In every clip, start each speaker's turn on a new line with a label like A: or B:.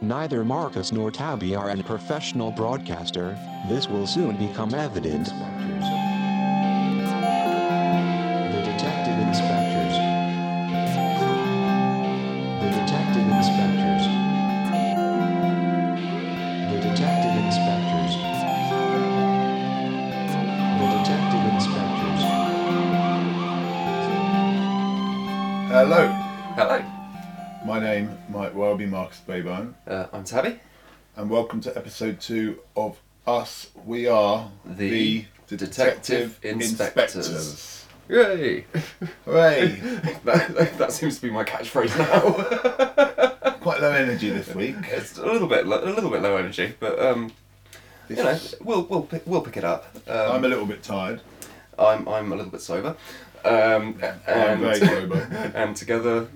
A: Neither Marcus nor Tabby are an professional broadcaster, this will soon become evident.
B: Inspectors. The detective inspectors. The detective inspectors. The detective inspectors. The detective inspectors.
C: Hello,
D: Hello,
C: my name might well be Marcus Babine,
D: uh, I'm Tabby.
C: and welcome to episode two of Us. We are
D: The Detective Inspectors.
C: Inspectors.
D: Yay!
C: Hooray!
D: that, that, that seems to be my catchphrase now.
C: Quite low energy this week.
D: it's a little bit, lo- a little bit low energy, but um, you know,
C: This-
D: we'll we'll pick, we'll pick it up.
C: I'm
D: Um,
C: a little bit tired.
D: I'm I'm a little bit sober, um, and
C: very sober.
D: and together,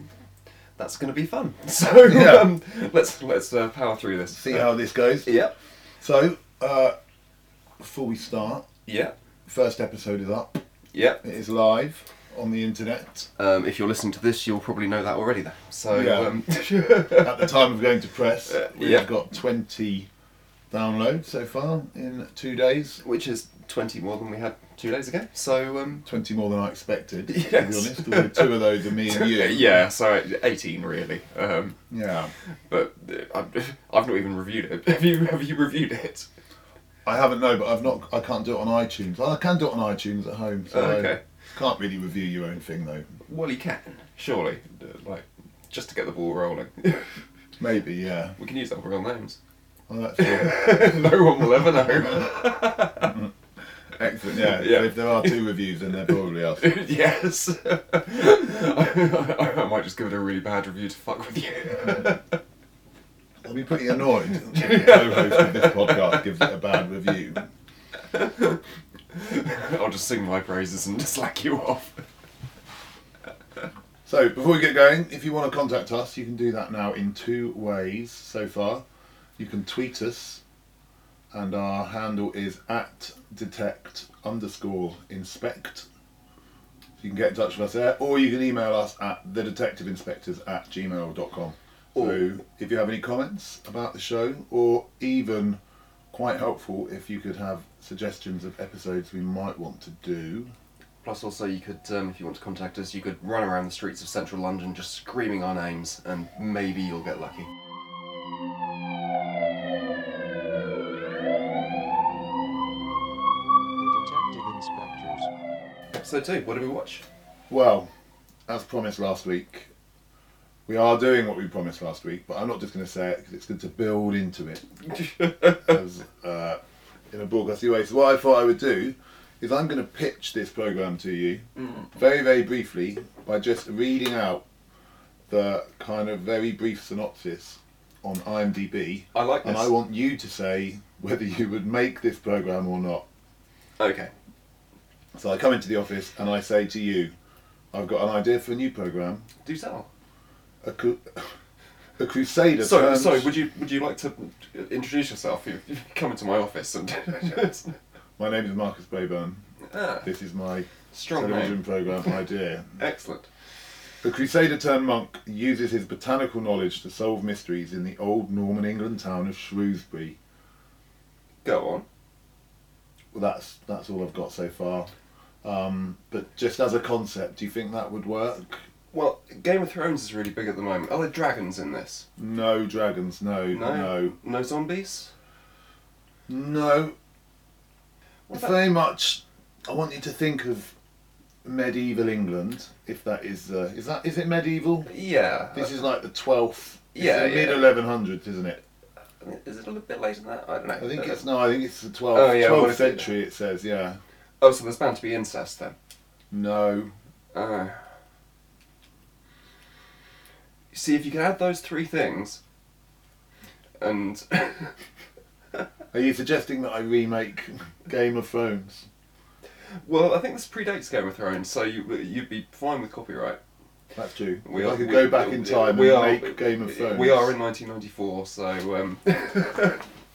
D: that's going to be fun. So
C: Yeah.
D: um, let's let's uh, power through this. Uh,
C: See how this goes.
D: Yep.
C: So, uh, before we start,
D: Yep.
C: first episode is up.
D: Yep.
C: It is live on the internet.
D: Um, if you're listening to this, you'll probably know that already. Then. So
C: Yeah.
D: um,
C: At the time of going to press,
D: Uh,
C: we've
D: yeah.
C: got 20 downloads so far in two days.
D: which is twenty more than we had two days ago. So um,
C: 20 more than I expected, to be
D: Yes.
C: honest. Although two of those are me and you.
D: yeah, so 18 really. Um,
C: Yeah.
D: but uh, I've, I've not even reviewed it. Have you have you reviewed it?
C: I haven't no, but I've not. I can't do it on iTunes. I can do it on iTunes at home. So
D: Oh, okay.
C: Can't really review your own thing though.
D: Well, you can surely, uh, like just to get the ball rolling.
C: Maybe yeah.
D: we can use our real names.
C: Well, that's all.
D: no one will ever know.
C: excellent. Yeah.
D: Yeah.
C: So if there are two reviews, then they're probably us.
D: yes, I, I- I might just give it a really bad review to fuck with you.
C: I'll be pretty annoyed. if the Co-host of this podcast gives it a bad review.
D: I'll just sing my praises and just slack you off.
C: So before we get going, if you want to contact us, you can do that now in two ways so far. You can tweet us, and our handle is at detect underscore inspect. So you can get in touch with us there, or you can email us at thedetectiveinspectors at gmail.com. So if you have any comments about the show, or even quite helpful if you could have suggestions of episodes we might want to do.
D: Plus, also, you could, um, if you want to contact us, you could run around the streets of central London just screaming our names, and maybe you'll get lucky.
B: Detective inspectors.
D: Episode 2, what did we watch?
C: Well, as promised last week, we are doing what we promised last week, but I'm not just going to say it because it's good to build into it as, uh, in a broadcasty way. So, what I thought I would do is I'm going to pitch this program to you
D: Mm.
C: very, very briefly by just reading out the kind of very brief synopsis on IMDb.
D: I like
C: And
D: this.
C: I want you to say whether you would make this program or not.
D: okay.
C: So, I come into the office and I say to you, I've got an idea for a new program.
D: Do tell.
C: a, cru- a crusader.
D: So,
C: turns-
D: so would you would you like to introduce yourself? You you come into my office and
C: My name is Marcus Brayburn.
D: ah,
C: This is my
D: strong
C: television
D: name.
C: program idea.
D: Excellent.
C: The crusader turned monk uses his botanical knowledge to solve mysteries in the old Norman England town of Shrewsbury.
D: Go on.
C: Well, that's that's all I've got so far. Um, but just as a concept, do you think that would work?
D: Well, Game of Thrones is really big at the moment. Are there dragons in this?
C: No dragons. No. No.
D: No, zombies.
C: No.
D: What about-
C: Very much. I want you to think of medieval England, if that is uh, is that is it medieval?
D: Yeah.
C: This is like the twelfth.
D: Yeah,
C: mid
D: yeah.
C: eleven hundreds, isn't it?
D: Is it a little bit later than that? I don't know. uh,
C: I think it's no. I think it's the twelfth.
D: Oh, yeah, what
C: twelfth
D: is it?
C: century. It says, yeah.
D: Oh, so there's bound to be incest then.
C: No,
D: Uh, see, if you can add those three things, and
C: are you suggesting that I remake Game of Thrones?
D: well, I think this predates Game of Thrones, so you you'd be fine with copyright.
C: That's true.
D: We
C: If
D: are-
C: I could
D: we-
C: go back
D: we-
C: in time
D: we
C: and
D: are-
C: make Game of Thrones.
D: We are in 1994, so um,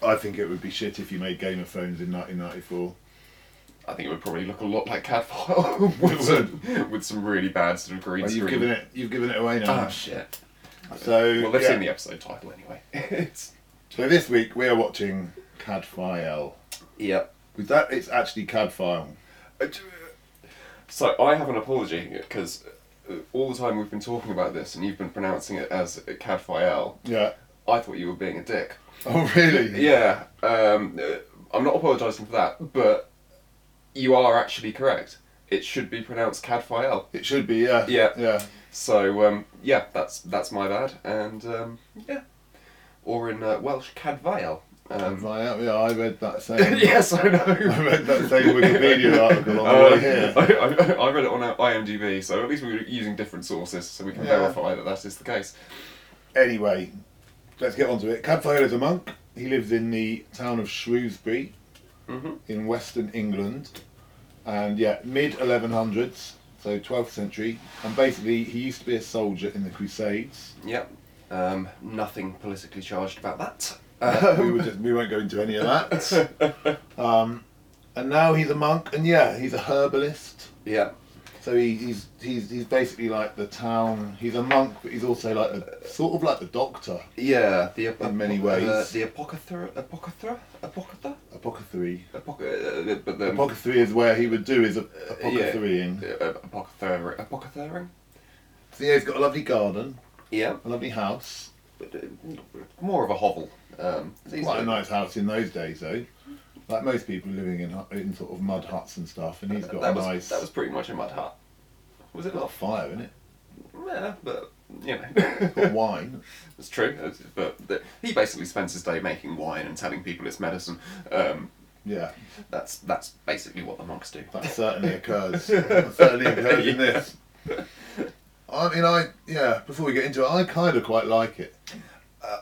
C: I think it would be shit if you made Game of Thrones in 1994.
D: I think it would probably look a lot like Cadfile with some with some really bad sort of green
C: Well, you've
D: screen.
C: given it. You've given it away now.
D: Oh shit!
C: So,
D: Well, they've
C: yeah.
D: seen the episode title anyway. it's
C: so this week we are watching Cadfile.
D: yeah.
C: With that, it's actually Cadfile.
D: So I have an apology because all the time we've been talking about this and you've been pronouncing it as Cadfael.
C: Yeah.
D: I thought you were being a dick.
C: Oh, really?
D: Yeah, um, uh, I'm not apologising for that, but you are actually correct. It should be pronounced Cadfael.
C: It should be, yeah.
D: Yeah.
C: Yeah.
D: So um, yeah, that's that's my bad, and um, yeah, or in uh, Welsh Cadfael. Um,
C: Cadfile, yeah, I read that same.
D: yes, I know.
C: I read that same Wikipedia article on the
D: Uh,
C: way here.
D: I, I, I read it on IMDb, so at least we were using different sources, so we can
C: Yeah.
D: verify that that is the case.
C: Anyway, let's get on to it. Cadfile is a monk. He lives in the town of Shrewsbury
D: Mhm.
C: in western England. And yeah, mid 1100s, so 12th century. And basically, he used to be a soldier in the Crusades.
D: Yep. Um, nothing politically charged about that. Uh,
C: we, were just, we won't go into any of that. um, and now he's a monk, and yeah, he's a herbalist.
D: Yeah.
C: So he, he's he's he's basically like the town. He's a monk, but he's also like a sort of like the doctor,
D: Yeah, the ap-
C: In many
D: uh,
C: ways.
D: the apocathra, apocathra, apocatha,
C: apothecary.
D: apoc, uh, but the
C: Apothecary is where he would do his ap- apothecarying.
D: uh, apocathering, apocathering.
C: So yeah, he's got a lovely garden,
D: Yeah,
C: a lovely house.
D: but, uh, more of a hovel. Um, these
C: Quite a
D: are-
C: nice house in those days, though. Like most people living in hu- in sort of mud huts and stuff, and he's got
D: Uh, that
C: a
D: was
C: nice.
D: that was pretty much a mud hut. Was it
C: got a
D: not?
C: fire in it.
D: Yeah, but you know,
C: Got wine.
D: it's true. It's- But the, he basically spends his day making wine and telling people it's medicine. Um,
C: Yeah.
D: that's that's basically what the monks do.
C: That certainly occurs. that certainly occurs in this. I mean, I yeah. Before we get into it, I kind of quite like it.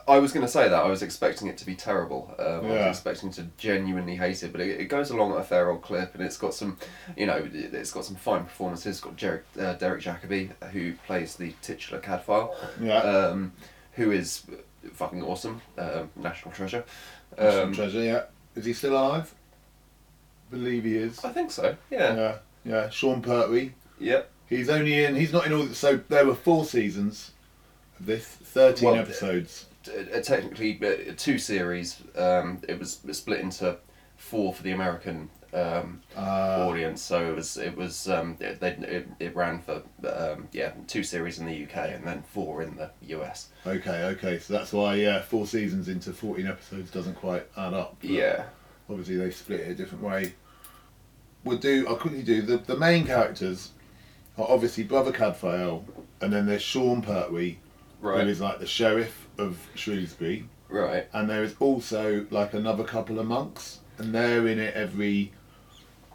D: I was going to say that. I was expecting it to be terrible. Um, I
C: Yeah.
D: was expecting to genuinely hate it, but it, it goes along at a fair old clip, and it's got some, you know, it- it's got some fine performances. It's got Jer- uh, Derek Jacobi, who plays the titular Cadfile,
C: Yeah.
D: um, who is fucking awesome, um, national treasure.
C: National
D: Um,
C: Treasure. Yeah. Is he still alive? Believe he is.
D: I think so. Yeah.
C: Yeah. Yeah. Sean Pertwee.
D: Yep.
C: He's only in. He's not in all. the- So there were four seasons of this. Thirteen
D: Well,
C: episodes.
D: T- uh, technically, uh, two series. Um, it was split into four for the American. Um,
C: Uh,
D: audience. So it was it was um, it, they, it, it ran for um, yeah two series in the UK and then four in the US.
C: okay. Okay. So that's why. Yeah. Four seasons into fourteen episodes doesn't quite add up. but-
D: Yeah,
C: obviously they split it a different way. We'll do. I'll quickly do the the main characters are obviously brother Cadfael, and then there's Sean Pertwee,
D: right,
C: who is like the sheriff of Shrewsbury,
D: right.
C: and there is also like another couple of monks, and they're in it every.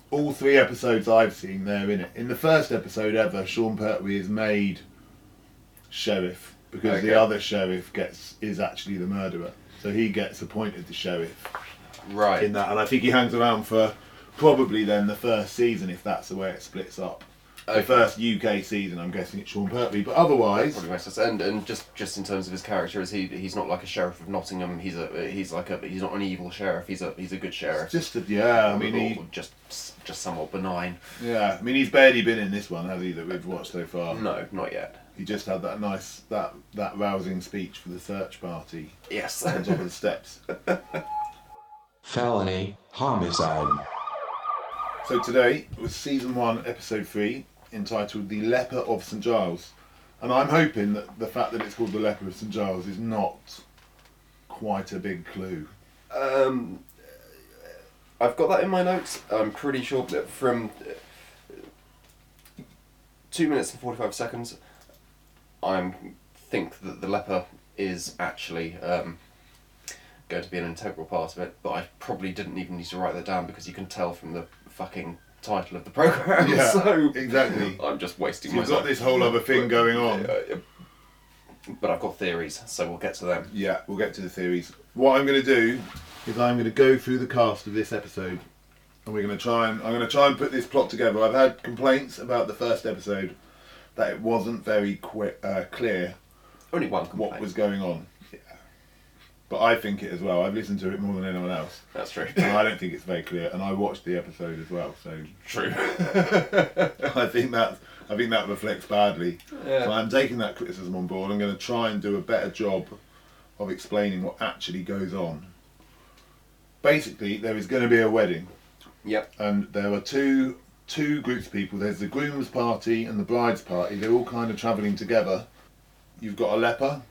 C: All three episodes I've seen, they're in it. In the first episode ever, Sean Pertwee is made sheriff because
D: Okay.
C: the other sheriff gets is actually the murderer, so he gets appointed the sheriff
D: Right.
C: in that, and I think he hangs around for probably then the first season if that's the way it splits up.
D: Okay.
C: The first UK season, I'm guessing it's Sean Pertwee, but otherwise,
D: Probably makes sense. And and just just in terms of his character, is he he's not like a sheriff of Nottingham. He's a he's like a he's not an evil sheriff. He's a he's a good
C: it's
D: sheriff.
C: just a, yeah, I mean,
D: Or
C: he,
D: just just somewhat benign.
C: yeah, I mean, he's barely been in this one, has he? That we've watched so far.
D: No, not yet.
C: He just had that nice that that rousing speech for the search party
D: Yes.
C: on top of the steps.
A: Felony, homicide.
C: So today was season one, episode three, entitled "The Leper of St Giles," and I'm hoping that the fact that it's called "The Leper of St Giles" is not quite a big clue.
D: Um, I've got that in my notes. I'm pretty sure that from uh, two minutes and forty five seconds, I think that the leper is actually um, going to be an integral part of it. But I probably didn't even need to write that down because you can tell from the fucking title of the program.
C: Yeah,
D: so
C: exactly.
D: I'm just wasting.
C: You've
D: myself.
C: got this whole other thing going on.
D: Uh, But I've got theories, so we'll get to them.
C: Yeah, we'll get to the theories. What I'm going to do is I'm going to go through the cast of this episode, and we're going to try and I'm going to try and put this plot together. I've had complaints about the first episode that it wasn't very qui- uh, clear
D: Only one
C: what
D: complaint.
C: was going on. but I think it as well. I've listened to it more than anyone else,
D: That's true.
C: and I don't think it's very clear. And I watched the episode as well, so
D: True.
C: I think that I think that reflects badly.
D: Yeah.
C: So I'm taking that criticism on board. I'm going to try and do a better job of explaining what actually goes on. Basically, there is going to be a wedding,
D: Yep.
C: and there are two two groups of people. There's the groom's party and the bride's party. They're all kind of travelling together. You've got a leper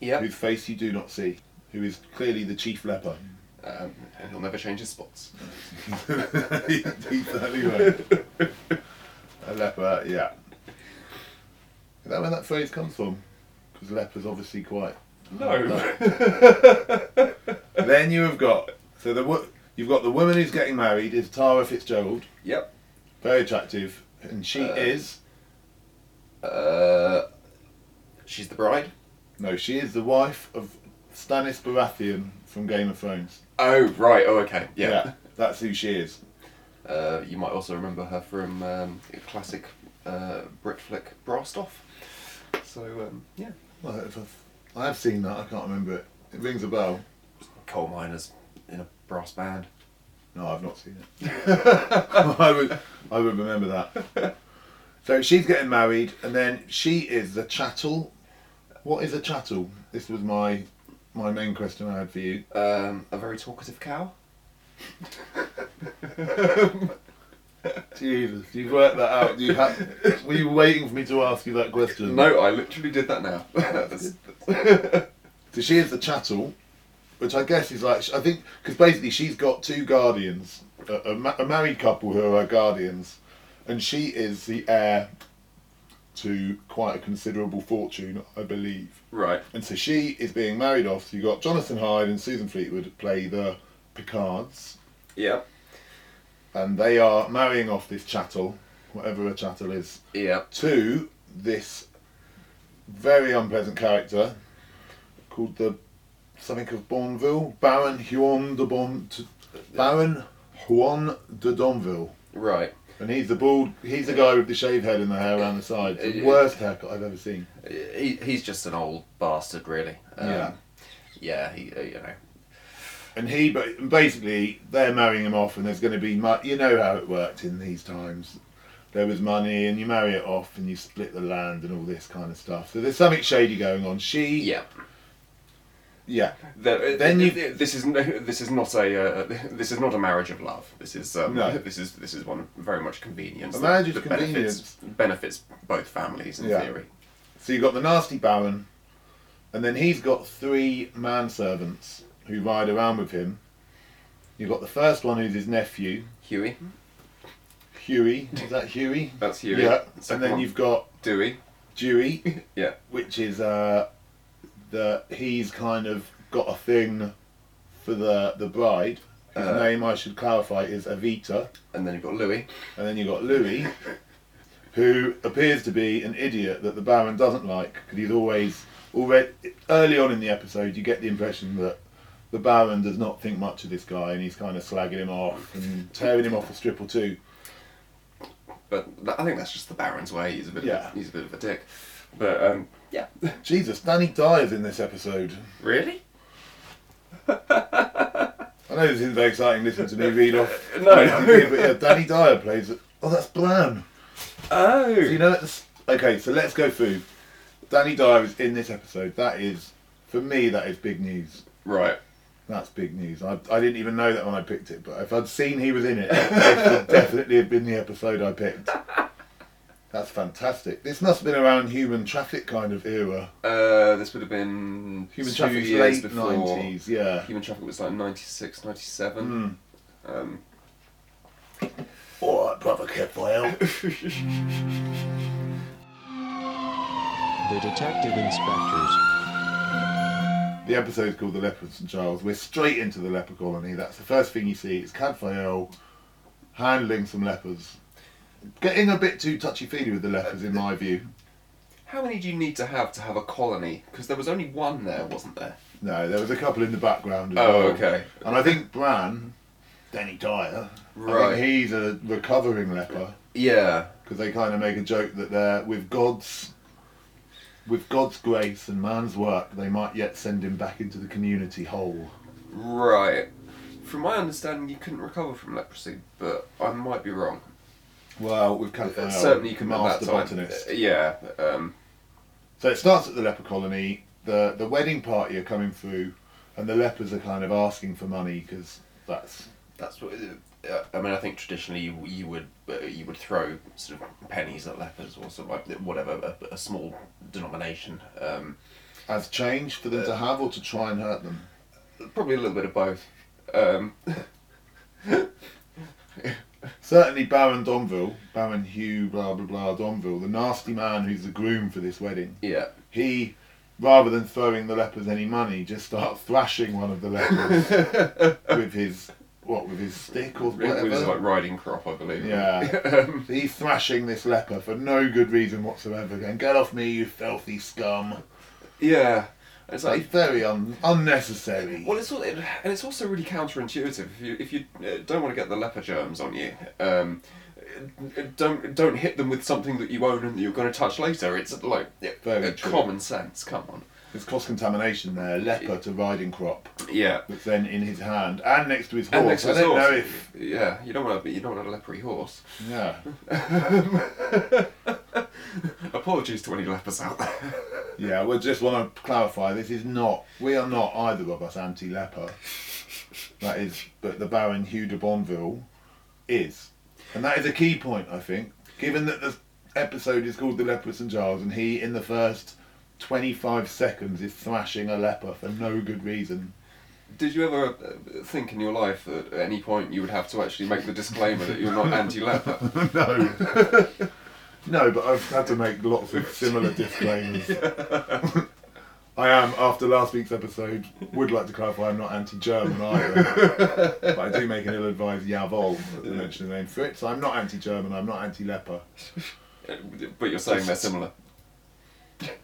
D: Yep.
C: whose face you do not see, who is clearly the chief leper.
D: Um, and he'll never change his spots.
C: He- he's certainly right. A leper, yeah. Is that where that phrase comes from? Because leper's obviously quite.
D: No.
C: then you have got so the wo- you've got the woman who's getting married is Tara Fitzgerald,
D: yep.
C: very attractive, and she is
D: Uh, she's the bride.
C: no, she is the wife of Stannis Baratheon from Game of Thrones.
D: Oh right. Oh okay. Yeah.
C: that's who she is.
D: Uh, you might also remember her from um, a classic uh, Brit flick Brassed Off. So um, yeah,
C: Well, if I've, I have seen that. I can't remember it. It rings a bell.
D: coal miners in a brass band.
C: No, I've not seen it. I would, I would remember that. So she's getting married, and then she is the chattel. What is a chattel? This was my, my main question I had for you.
D: Um, a very talkative cow.
C: Jesus, you've worked that out. You had, were you waiting for me to ask you that question?
D: No, I literally did that now. Mm. That's-
C: So she is the chattel, which I guess is like I think because basically she's got two guardians, a, a, ma- a married couple who are her guardians, and she is the heir to quite a considerable fortune, I believe.
D: right.
C: And so she is being married off. So you've got Jonathan Hyde and Susan Fleetwood play the Picards,
D: Yeah.
C: and they are marrying off this chattel, whatever a chattel is,
D: Yeah.
C: to this very unpleasant character called the something of Bonville, Baron Huon de Bon, t- Baron Juan de Donville,
D: Right.
C: and he's the bald, he's the guy with the shaved head and the hair around the side. It's the worst haircut I've ever seen.
D: He, he's just an old bastard, really. Um,
C: Yeah.
D: Yeah. He, uh, you know.
C: And he, ba- basically, they're marrying him off, and there's going to be, mu- you know how it worked in these times. There was money, and you marry it off, and you split the land, and all this kind of stuff. So there's something shady going on. She,
D: Yeah.
C: yeah,
D: Then,
C: Then you-
D: This is no, this is not a uh, this is not a marriage of love. This is um,
C: No.
D: This is this is one very much convenience.
C: A marriage is
D: that- that benefits- Benefits, both families in
C: Yeah.
D: theory.
C: So you've got the nasty Baron, and then he's got three manservants who ride around with him. You've got the first one who's his nephew,
D: Huey,
C: Huey. Is that Huey?
D: That's Huey.
C: Yeah.
D: Second
C: and then
D: one.
C: you've got
D: Dewey.
C: Dewey,
D: Yeah.
C: which is uh, the he's kind of got a thing for the the bride. His
D: Uh.
C: name I should clarify is Evita.
D: And then you've got Louie.
C: And then you've got Louis, who appears to be an idiot that the Baron doesn't like because he's always already early on in the episode. You get the impression that the Baron does not think much of this guy, and he's kind of slagging him off and tearing him off a strip or two.
D: But tha- I think that's just the Baron's way. He's a bit.
C: Yeah.
D: Of, he's a bit of a dick. But um, yeah.
C: Jesus, Danny dies in this episode.
D: Really?
C: I know this isn't very exciting. Listen to me read off.
D: No.
C: IMDb, but yeah, Danny Dyer plays. Oh, that's Bran. So
D: Oh.
C: you know, it's, okay, so let's go through. Danny Dyer is in this episode. That is, for me, that is big news.
D: Right.
C: That's big news. I, I didn't even know that when I picked it, but if I'd seen he was in it, it would definitely have been the episode I picked. That's fantastic. This must have been around human traffic kind of era.
D: Uh, this would have been
C: Human
D: two
C: traffic's late
D: years before.
C: 90s, yeah.
D: Human traffic was like 96, 97. Um,
C: Alright, brother Ketfile.
B: The detective inspectors.
C: the episode's called The Leopard of St Charles. We're straight into the leper colony. That's the first thing you see. It's Cadfael handling some lepers. Getting a bit too touchy-feely with the lepers, in my view.
D: How many do you need to have to have a colony? Because there was only one there, wasn't there?
C: No, there was a couple in the background. As
D: Oh,
C: well.
D: okay.
C: And I think Bran, Danny Dyer, I
D: Right.
C: think he's a recovering leper
D: Yeah.
C: because they kind of make a joke that they're with gods. with God's grace and man's work, they might yet send him back into the community whole.
D: Right. From my understanding, you couldn't recover from leprosy, but I might be wrong.
C: Well, we've kind
D: Uh, certainly, you can at
C: master
D: that time.
C: botanist.
D: Uh, yeah. Um,
C: So it starts at the leper colony. The the wedding party are coming through, and the lepers are kind of asking for money because that's
D: that's what. Uh, I mean, I think traditionally you, you would uh, you would throw sort of pennies at lepers or sort of like whatever a, a small denomination. Um,
C: as change for them to
D: Uh,
C: have or to try and hurt them.
D: probably a little bit of both. Um,
C: Certainly, Baron Donville, Baron Hugh, blah blah blah Donville, the nasty man who's the groom for this wedding.
D: yeah.
C: He, rather than throwing the lepers any money, just starts thrashing one of the lepers with his what with his stick or
D: It
C: whatever.
D: was like riding crop, I believe.
C: Yeah.
D: Um,
C: He's thrashing this leper for no good reason whatsoever. Going, get off me, you filthy scum!
D: yeah. It's
C: It's like
D: like
C: very un- unnecessary.
D: Well, it's all, it, and it's also really counterintuitive. If you if you uh, don't want to get the leper germs on you, um, uh, don't don't hit them with something that you own and that you're going to touch later. It's like yeah,
C: Very
D: uh,
C: true.
D: common sense. Come on.
C: There's cross contamination there. Leper to riding crop
D: Yeah.
C: that's then in his hand and next to his horse.
D: And next to
C: I
D: his
C: don't
D: horse.
C: know if
D: Yeah, you don't want to. You don't want a lepery horse.
C: yeah
D: Apologies to any lepers out there.
C: yeah. We just want to clarify. This is not. We are not either of us anti-leper. That is, but the Baron Hugh de Bonville is, and that is a key point. I think, given that the episode is called "The Leper of St Giles," and he in the first. 25 seconds is thrashing a leper for no good reason.
D: Did you ever uh, think in your life that at any point you would have to actually make the disclaimer that you're not anti-leper?
C: No. no, but I've had to make lots of similar disclaimers. I am, after last week's episode, would like to clarify I'm not anti German either. but I do make an ill advised Yavol at the mention of the name Fritz. I'm not anti German, I'm not anti leper.
D: but you're saying they're similar.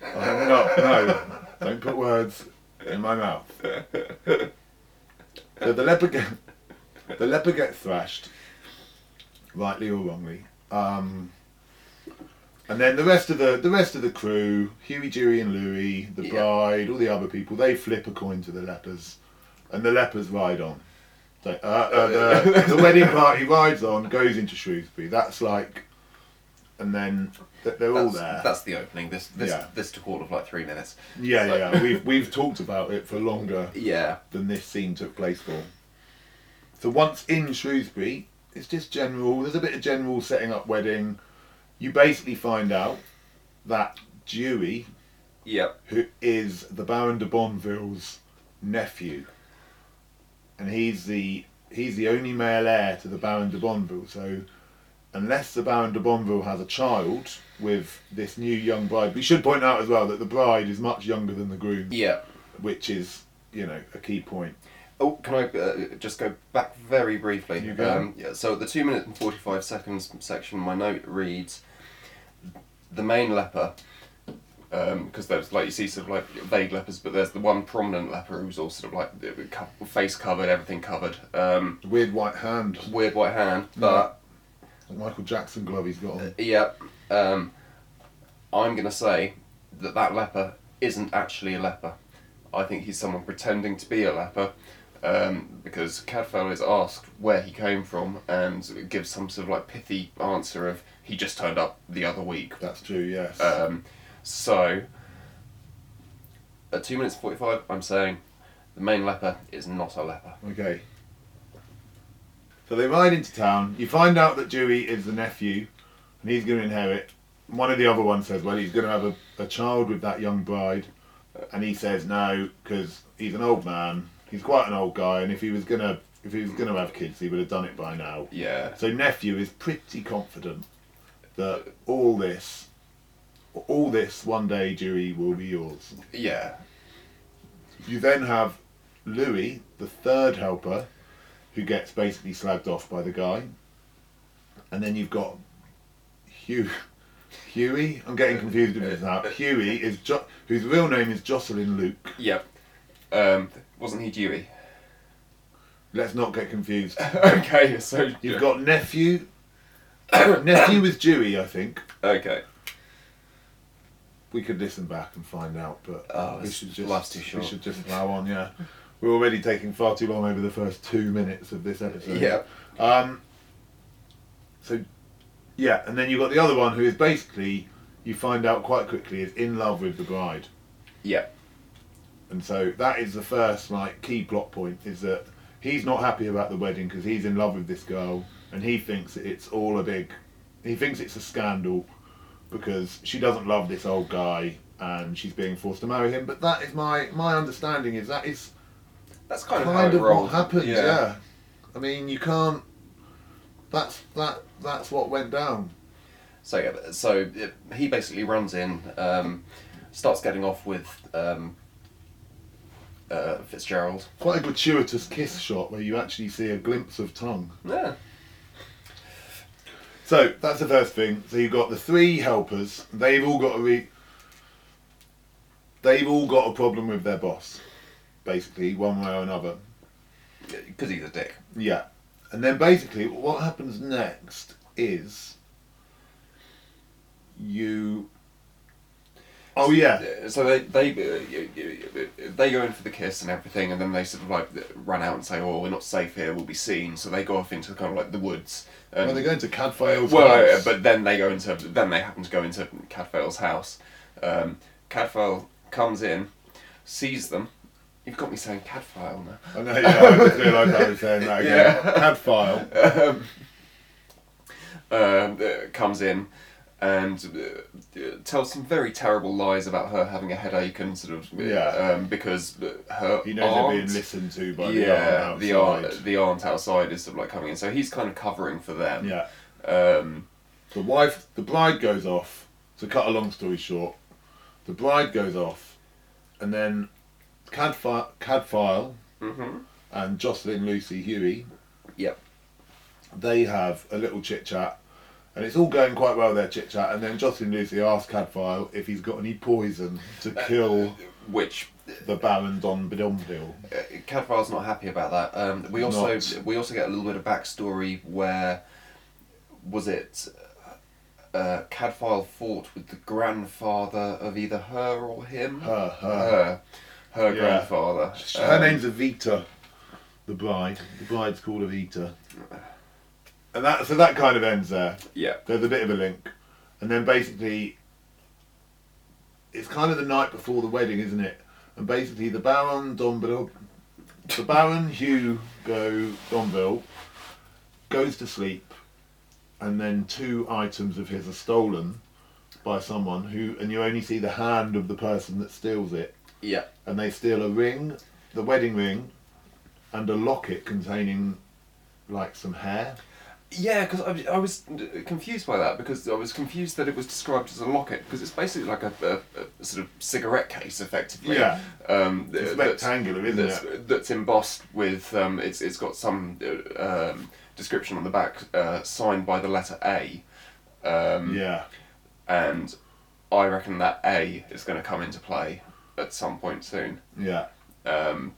C: I'm not, no. Don't put words in my mouth. So the leper, get, the leper gets thrashed, rightly or wrongly. Um, and then the rest of the the rest of the crew, Huey, Dewey, and Louie, the
D: Yeah.
C: bride, all the other people, they flip a coin to the lepers, and the lepers ride on. So, uh, uh, the, the wedding party rides on, goes into Shrewsbury. That's like, and then th- they're all
D: That's,
C: there.
D: that's the opening. This this
C: Yeah.
D: this took all of like three minutes.
C: Yeah,
D: So-
C: yeah. We've we've talked about it for longer
D: Yeah.
C: than this scene took place for. So once in Shrewsbury, it's just general. There's a bit of general setting up wedding. You basically find out that Dewey,
D: Yep.
C: who is the Baron de Bonneville's nephew, and he's the he's the only male heir to the Baron de Bonneville. So unless the Baron de Bonneville has a child with this new young bride, we should point out as well that the bride is much younger than the groom
D: Yeah.
C: which is you know a key point.
D: Oh, can I uh, just go back very briefly?
C: You go.
D: Um, yeah, so the two minutes and forty five seconds section, my note reads, the main leper, because there's like you see sort of like vague lepers, but there's the one prominent leper who's all sort of like uh, co- face covered, everything covered, um,
C: Weird white hand,
D: weird white hand, but
C: like Michael Jackson glove he's got on.
D: yeah, um, I'm gonna say that that leper isn't actually a leper. I think he's someone pretending to be a leper, um, because Cadfell is asked where he came from and gives some sort of like pithy answer of he just turned up the other week.
C: That's true. Yes.
D: Um, so at two minutes forty five, I'm saying the main leper is not a leper.
C: okay. So they ride into town. You find out that Dewey is the nephew, and he's going to inherit. One of the other ones says, "Well, he's going to have a, a child with that young bride," and he says no because he's an old man. He's quite an old guy, and if he was gonna if he was gonna have kids, he would have done it by now.
D: Yeah.
C: So nephew is pretty confident that all this, all this one day, Dewey will be yours.
D: Yeah.
C: You then have Louis, the third helper, who gets basically slagged off by the guy, and then you've got Hugh. Huey, I'm getting confused with this now. Huey is jo- whose real name is Jocelyn Luke.
D: Yep. Um, wasn't he Dewey?
C: Let's not get confused.
D: okay, so
C: You've got nephew. nephew is Dewey, I think.
D: Okay.
C: we could listen back and find out, but uh,
D: Oh,
C: we
D: it's-
C: should just
D: life's too
C: we
D: short.
C: should just allow on. Yeah, we're already taking far too long over the first two minutes of this episode.
D: Yeah.
C: Um. So, yeah, and then you've got the other one who is basically you find out quite quickly is in love with the bride,
D: Yeah.
C: and so that is the first like key plot point is that he's not happy about the wedding because he's in love with this girl and he thinks that it's all a big, he thinks it's a scandal because she doesn't love this old guy and she's being forced to marry him. But that is my my understanding is that is
D: That's kind, of how
C: kind
D: it
C: of
D: rolled.
C: what happens. Yeah. I mean you can't. That's that. That's what went down.
D: So yeah, so it, he basically runs in, um, starts getting off with um, uh, Fitzgerald.
C: Quite a gratuitous kiss shot where you actually see a glimpse of tongue.
D: Yeah.
C: So that's the first thing. So you've got the three helpers. They've all got a re- they've all got a problem with their boss, basically one way or another.
D: Because he's a dick.
C: Yeah, and then basically what happens next is you. Oh yeah,
D: So they they uh, y- y- y- they go in for the kiss and everything, and then they sort of like run out and say, "Oh, we're not safe here. We'll be seen." So they go off into kind of like the woods. And,
C: well, they're going to Cadfael's
D: Well,
C: house.
D: yeah, but then they go into then they happen to go into Cadfael's house. Um, Cadfael comes in, sees them. You've got me saying Cadfael now.
C: I know, yeah, I just realised I was saying that again.
D: Yeah.
C: Cadfael.
D: um, uh, comes in and uh, uh, tells some very terrible lies about her having a headache and sort of uh,
C: Yeah.
D: um, because uh, her
C: He knows
D: aunt,
C: they're being listened to by
D: yeah
C: the
D: the
C: arm
D: aunt,
C: outside.
D: the aunt outside is sort of like coming in so he's kind of covering for them
C: Yeah.
D: um,
C: The wife, the bride goes off. To cut a long story short, the bride goes off, and then Cadfi- Cadfile
D: hmm
C: and Jocelyn Lucy Huey,
D: yep
C: they have a little chit chat, and it's all going quite well their chit chat. And then Jocelyn Lucy asks Cadfile if he's got any poison to kill
D: which
C: the Baron Don Bidonville.
D: uh, Cadfael's not happy about that. Um, we also
C: Not.
D: we also get a little bit of backstory where was it uh, Cadfael fought with the grandfather of either her or him?
C: Her, her.
D: her, her
C: Yeah.
D: grandfather.
C: Her
D: Um,
C: name's Evita, the bride. The bride's called Evita, and that so that kind of ends there.
D: Um, Yeah.
C: There's a bit of a link, and then basically, it's kind of the night before the wedding, isn't it? And basically, the Baron Donville, the Baron Hugo Donville, goes to sleep, and then two items of his are stolen by someone who, and you only see the hand of the person that steals it,
D: Yeah.
C: and they steal a ring, the wedding ring, and a locket containing, like, some hair.
D: Yeah, because I, I was uh, confused by that because I was confused that it was described as a locket because it's basically like a, a, a sort of cigarette case, effectively.
C: Yeah.
D: Um,
C: It's
D: uh, that's-
C: rectangular, isn't
D: that's,
C: it?
D: That's embossed with um, it's it's got some uh, um, description on the back uh, signed by the letter A, um,
C: Yeah.
D: and I reckon that A is going to come into play at some point soon.
C: Yeah.
D: Um,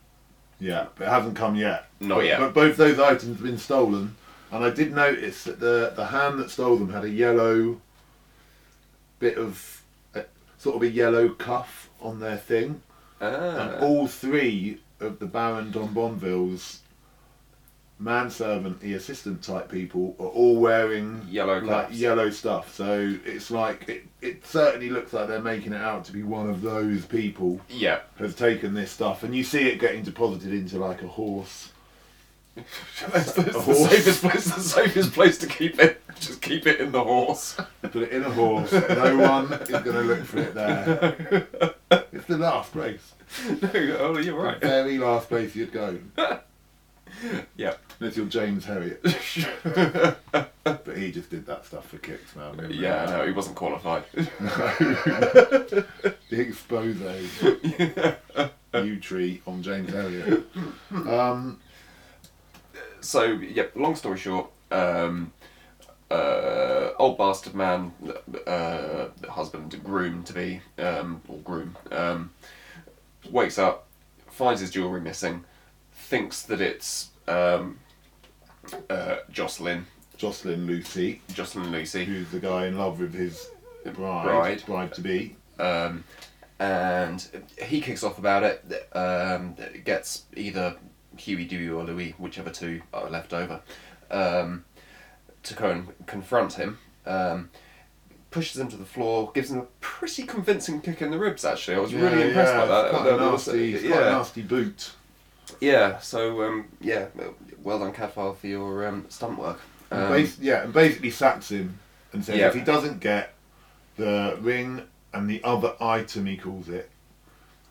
C: Yeah, but it hasn't come yet.
D: Not
C: but,
D: yet.
C: But both those items have been stolen, and I did notice that the the hand that stole them had a yellow bit of uh, sort of a yellow cuff on their thing, and
D: ah,
C: all three of the Baron Don Bonville's manservant, the assistant type people, are all wearing
D: Yellow
C: like
D: cuffs.
C: yellow stuff. So it's like it, it certainly looks like they're making it out to be one of those people
D: yeah.
C: has taken this stuff, and you see it getting deposited into like a horse.
D: That's the, it's the
C: horse.
D: safest place. The safest place to keep it. Just keep it in the horse.
C: You put it in a horse. no one is going to look for it there. It's the last place,
D: no, oh, you're right.
C: the very last place you'd go,
D: Yeah.
C: unless you're James Herriot. But he just did that stuff for kicks, man. didn't he?
D: yeah. No, he wasn't qualified.
C: The expose you tree on James Herriot. Um,
D: so yeah. Long story short, um, uh, old bastard man, uh, husband, groom to be, um, or groom, um, wakes up, finds his jewelry missing, thinks that it's um, uh, Jocelyn,
C: Jocelyn Lucy,
D: Jocelyn Lucy.
C: who's the guy in love with his bride,
D: Bride.
C: bride to be.
D: Um, and he kicks off about it, um, gets either Huey, Dewey, or Louie, whichever two are left over, um, to go and confront him. Um, pushes him to the floor, gives him a pretty convincing kick in the ribs. Actually, I was really impressed by that.
C: It's quite
D: That
C: a
D: was-
C: nasty, it's quite a
D: yeah,
C: nasty boot.
D: yeah. So um, yeah, well done, Cadfile, for your um, stunt work.
C: And
D: Um,
C: bas- yeah, and basically sacks him and says
D: Yeah.
C: if he doesn't get the ring and the other item, he calls it.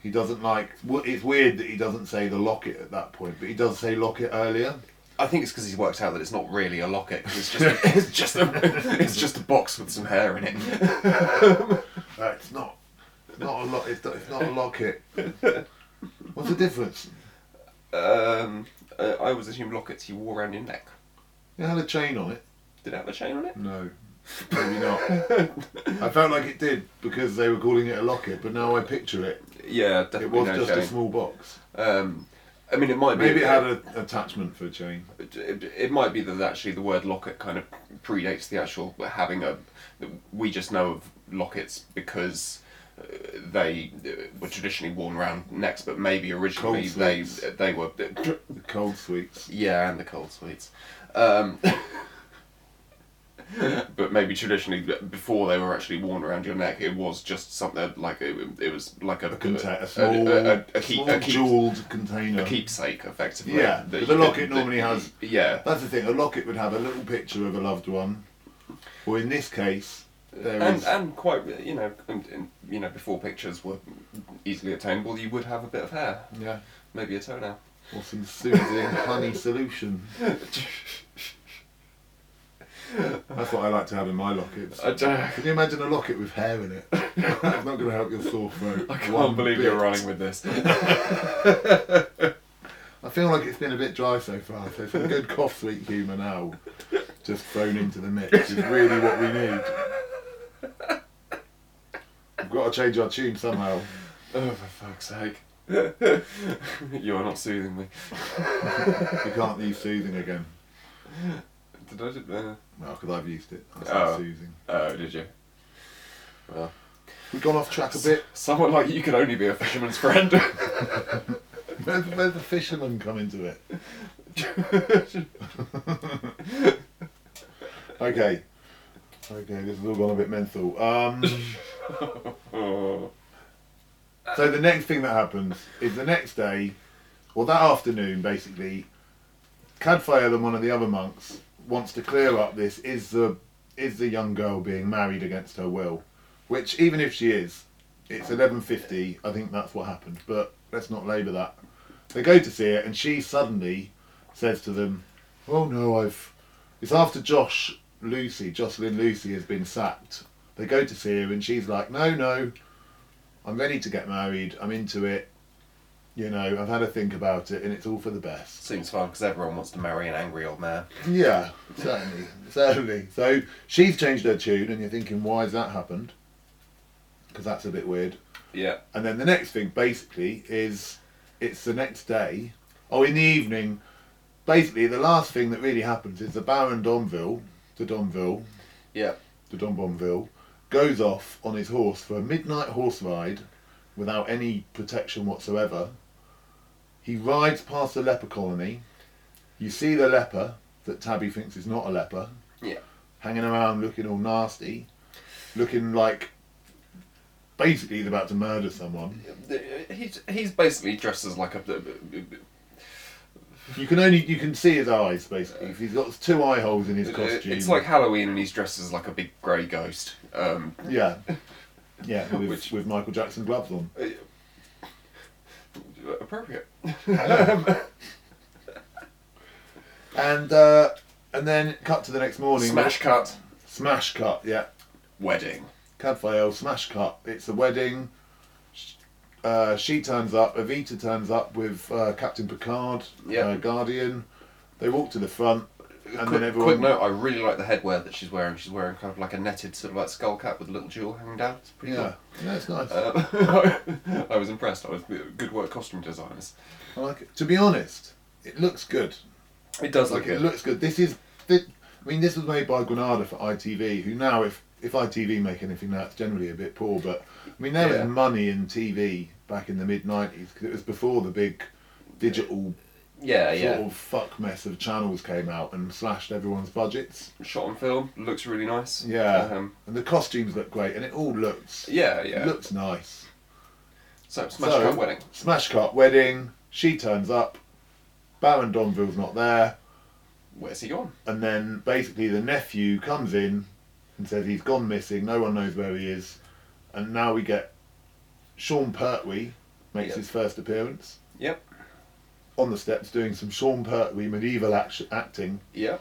C: He doesn't like. w- It's weird that he doesn't say the locket at that point, but he does say locket earlier.
D: I think it's because he's worked out that it's not really a locket. 'cause It's just a, it's just a it's just a box with some hair in it.
C: Uh, it's not. It's not a lot. It's not, it's not a locket. What's the difference?
D: Um, uh, I always assumed lockets you wore around your neck.
C: It had a chain on it.
D: Did it have a chain on it?
C: No, maybe not. I felt like it did because they were calling it a locket, but now I picture it.
D: Yeah,
C: It
D: definitely
C: was
D: no
C: just
D: chain.
C: a small box.
D: um, I mean, uh, it might be
C: Maybe it had an attachment for a chain.
D: it, it, it might be that actually the word locket kind of predates the actual having a. We just know of lockets because uh, they uh, were traditionally worn around necks, but maybe originally
C: Cold
D: they
C: sweets.
D: they were.
C: The cold sweets.
D: Yeah, and the cold sweets. Um, but maybe traditionally, b- before they were actually worn around your neck, it was just something like it, it was like a,
C: a, contain- a
D: a-
C: small,
D: a- a- a keep-
C: small
D: a keep-
C: jeweled container.
D: a keepsake, effectively.
C: Yeah,
D: that
C: but
D: you
C: the
D: could-
C: locket
D: that-
C: normally has-
D: Yeah,
C: That's the thing. A locket would have a little picture of a loved one, or in this case, there is
D: and and quite you know and, and, you know before pictures were easily attainable, you would have a bit of hair,
C: yeah,
D: maybe a toenail.
C: or some soothing honey solution. That's what I like to have in my lockets.
D: I don't.
C: Can you imagine a locket with hair in it? That's not going to help your sore throat.
D: I can't
C: one
D: believe
C: bit.
D: you're running with this.
C: I feel like it's been a bit dry so far, so some good cough sweet humour now, just thrown into the mix is really what we need. We've got to change our tune somehow.
D: Oh, for fuck's sake. you are not soothing me.
C: We can't use soothing again.
D: Did I just. Uh,
C: Well, because I've used it. That's
D: Oh.
C: soothing.
D: oh, did you? Well,
C: We've gone off track a bit.
D: someone like you could only be a fisherman's friend.
C: Where's, where's the fisherman come into it? Okay. Okay, this has all gone a bit mental. Um,
D: oh.
C: so the next thing that happens is the next day, or that afternoon, basically, Cadfael and one of the other monks wants to clear up this is the is the young girl being married against her will, which even if she is, it's eleven fifty. I think that's what happened, but let's not labour that. They go to see it, and she suddenly says to them, "Oh no, I've." It's after Josh Lucy, Jocelyn Lucy has been sacked. They go to see her, and she's like, "No, no, I'm ready to get married. I'm into it. You know, I've had a think about it, and it's all for the best."
D: Seems fun because everyone wants to marry an angry old man.
C: Yeah, certainly, certainly. So she's changed her tune, and you're thinking, why has that happened? Because that's a bit weird.
D: Yeah.
C: And then the next thing, basically, is it's the next day. Oh, in the evening, basically, the last thing that really happens is the Baron Donville, the Donville,
D: Yeah.
C: the Don Bonville, goes off on his horse for a midnight horse ride without any protection whatsoever. He rides past the leper colony. You see the leper that Tabby thinks is not a leper.
D: Yeah.
C: Hanging around looking all nasty, looking like basically he's about to murder someone.
D: uh, He's, he's basically dressed as like a.
C: You can only you can see his eyes basically. If he's got two eye holes in his costume.
D: uh, It's like Halloween and he's dressed as like a big grey ghost. Um,
C: yeah, yeah, with,
D: Which-
C: with Michael Jackson gloves on.
D: appropriate.
C: And uh, and then cut to the next morning.
D: Smash cut.
C: Smash cut, yeah.
D: Wedding.
C: Cadfael, smash cut. It's a wedding. Sh- Uh, she turns up. Evita turns up with uh, Captain Picard,
D: Yeah.
C: uh, Guardian. They walk to the front, and
D: quick,
C: then everyone.
D: quick note: I really like the headwear that she's wearing. She's wearing kind of like a netted sort of like skull cap with a little jewel hanging down. It's pretty
C: Yeah, yeah, it's nice.
D: cool. Uh, I was impressed. I was uh, good work, costume designers.
C: I like it. To be honest, it looks good.
D: It does
C: Like it looks good. This is. This, I mean, this was made by Granada for ITV, who now, if if ITV make anything now, it's generally a bit poor, but I mean, there
D: Yeah.
C: was money in TV back in the mid 90s because it was before the big digital
D: Yeah,
C: sort
D: yeah.
C: of fuck mess of channels came out and slashed everyone's budgets.
D: Shot on film looks really nice.
C: Yeah.
D: Um,
C: And the costumes look great and it all looks
D: yeah, yeah.
C: looks nice.
D: so Smash
C: So-
D: Cut Wedding.
C: Smash cut wedding, she turns up, Baron Donville's not there,
D: Where's he gone?
C: and then basically the nephew comes in and says he's gone missing, no one knows where he is, and now we get Sean Pertwee makes
D: Yep.
C: his first appearance
D: Yep.
C: on the steps doing some Sean Pertwee medieval action, acting.
D: Yep.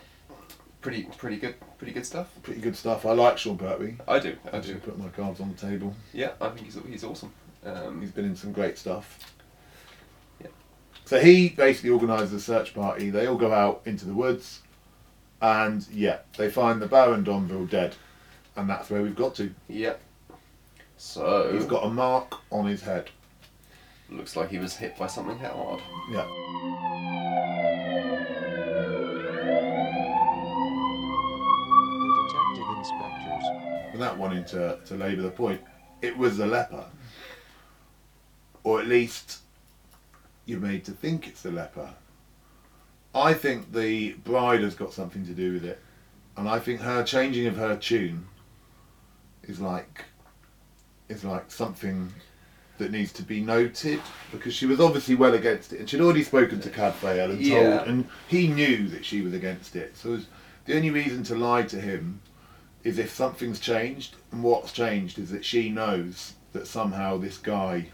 D: Pretty, pretty good, pretty good stuff.
C: Pretty good stuff. I like Sean Pertwee.
D: I do, I
C: should
D: do.
C: put my cards on the table.
D: Yeah, I think he's he's awesome. Um,
C: He's been in some great stuff.
D: Yeah.
C: So he basically organises a search party. They all go out into the woods, and yeah, they find the Baron Donville dead, and that's where we've got to.
D: yep. So
C: He's got a mark on his head.
D: looks like he was hit by something hard.
C: Yeah.
B: Detective inspectors.
C: Without wanting to, to labour the point, it was a leper. Or at least you're made to think it's a leper. I think the bride has got something to do with it. And I think her changing of her tune is like is like something that needs to be noted because she was obviously well against it and she'd already spoken to Cadfael and
D: Yeah.
C: told and he knew that she was against it. So it was- the only reason to lie to him is if something's changed, and what's changed is that she knows that somehow this guy.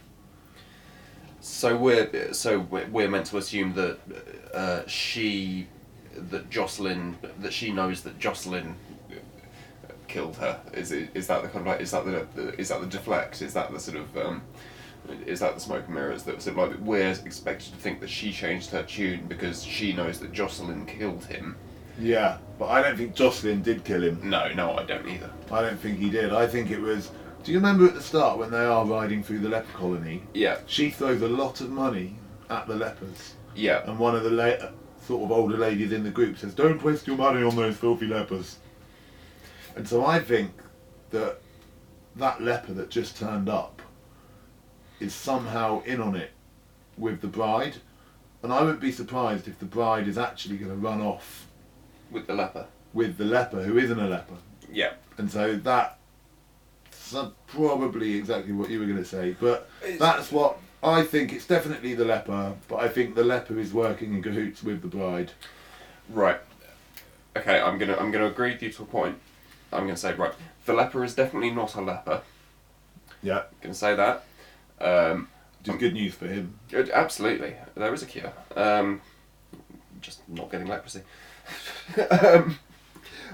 D: So we're so we're, we're meant to assume that uh, she, that Jocelyn, that she knows that Jocelyn killed her. Is it, is that the kind of like, is that the, the is that the deflect? Is that the sort of um, is that the smoke and mirrors that sort of like we're expected to think that she changed her tune because she knows that Jocelyn killed him?
C: Yeah, but I don't think Jocelyn did kill him.
D: No, no, I don't either.
C: I don't think he did. I think it was. Do you remember at the start when they are riding through the leper colony?
D: Yeah,
C: She throws a lot of money at the lepers,
D: yeah,
C: and one of the la- sort of older ladies in the group says, "Don't waste your money on those filthy lepers." And so I think that that leper that just turned up is somehow in on it with the bride, and I wouldn't be surprised if the bride is actually going to run off
D: with the leper.
C: with the leper who isn't a leper.
D: Yeah,
C: And so that- that's probably exactly what you were going to say, but
D: It's-
C: that's what I think. It's definitely the leper, but I think the leper is working in cahoots with the bride.
D: Right. Okay, I'm gonna I'm gonna agree with you to a point. I'm gonna say right. The leper is definitely not a leper.
C: Yeah,
D: I'm gonna say that. Um,
C: which is good news for him.
D: it- absolutely, there is a cure. Um, just not getting leprosy. um,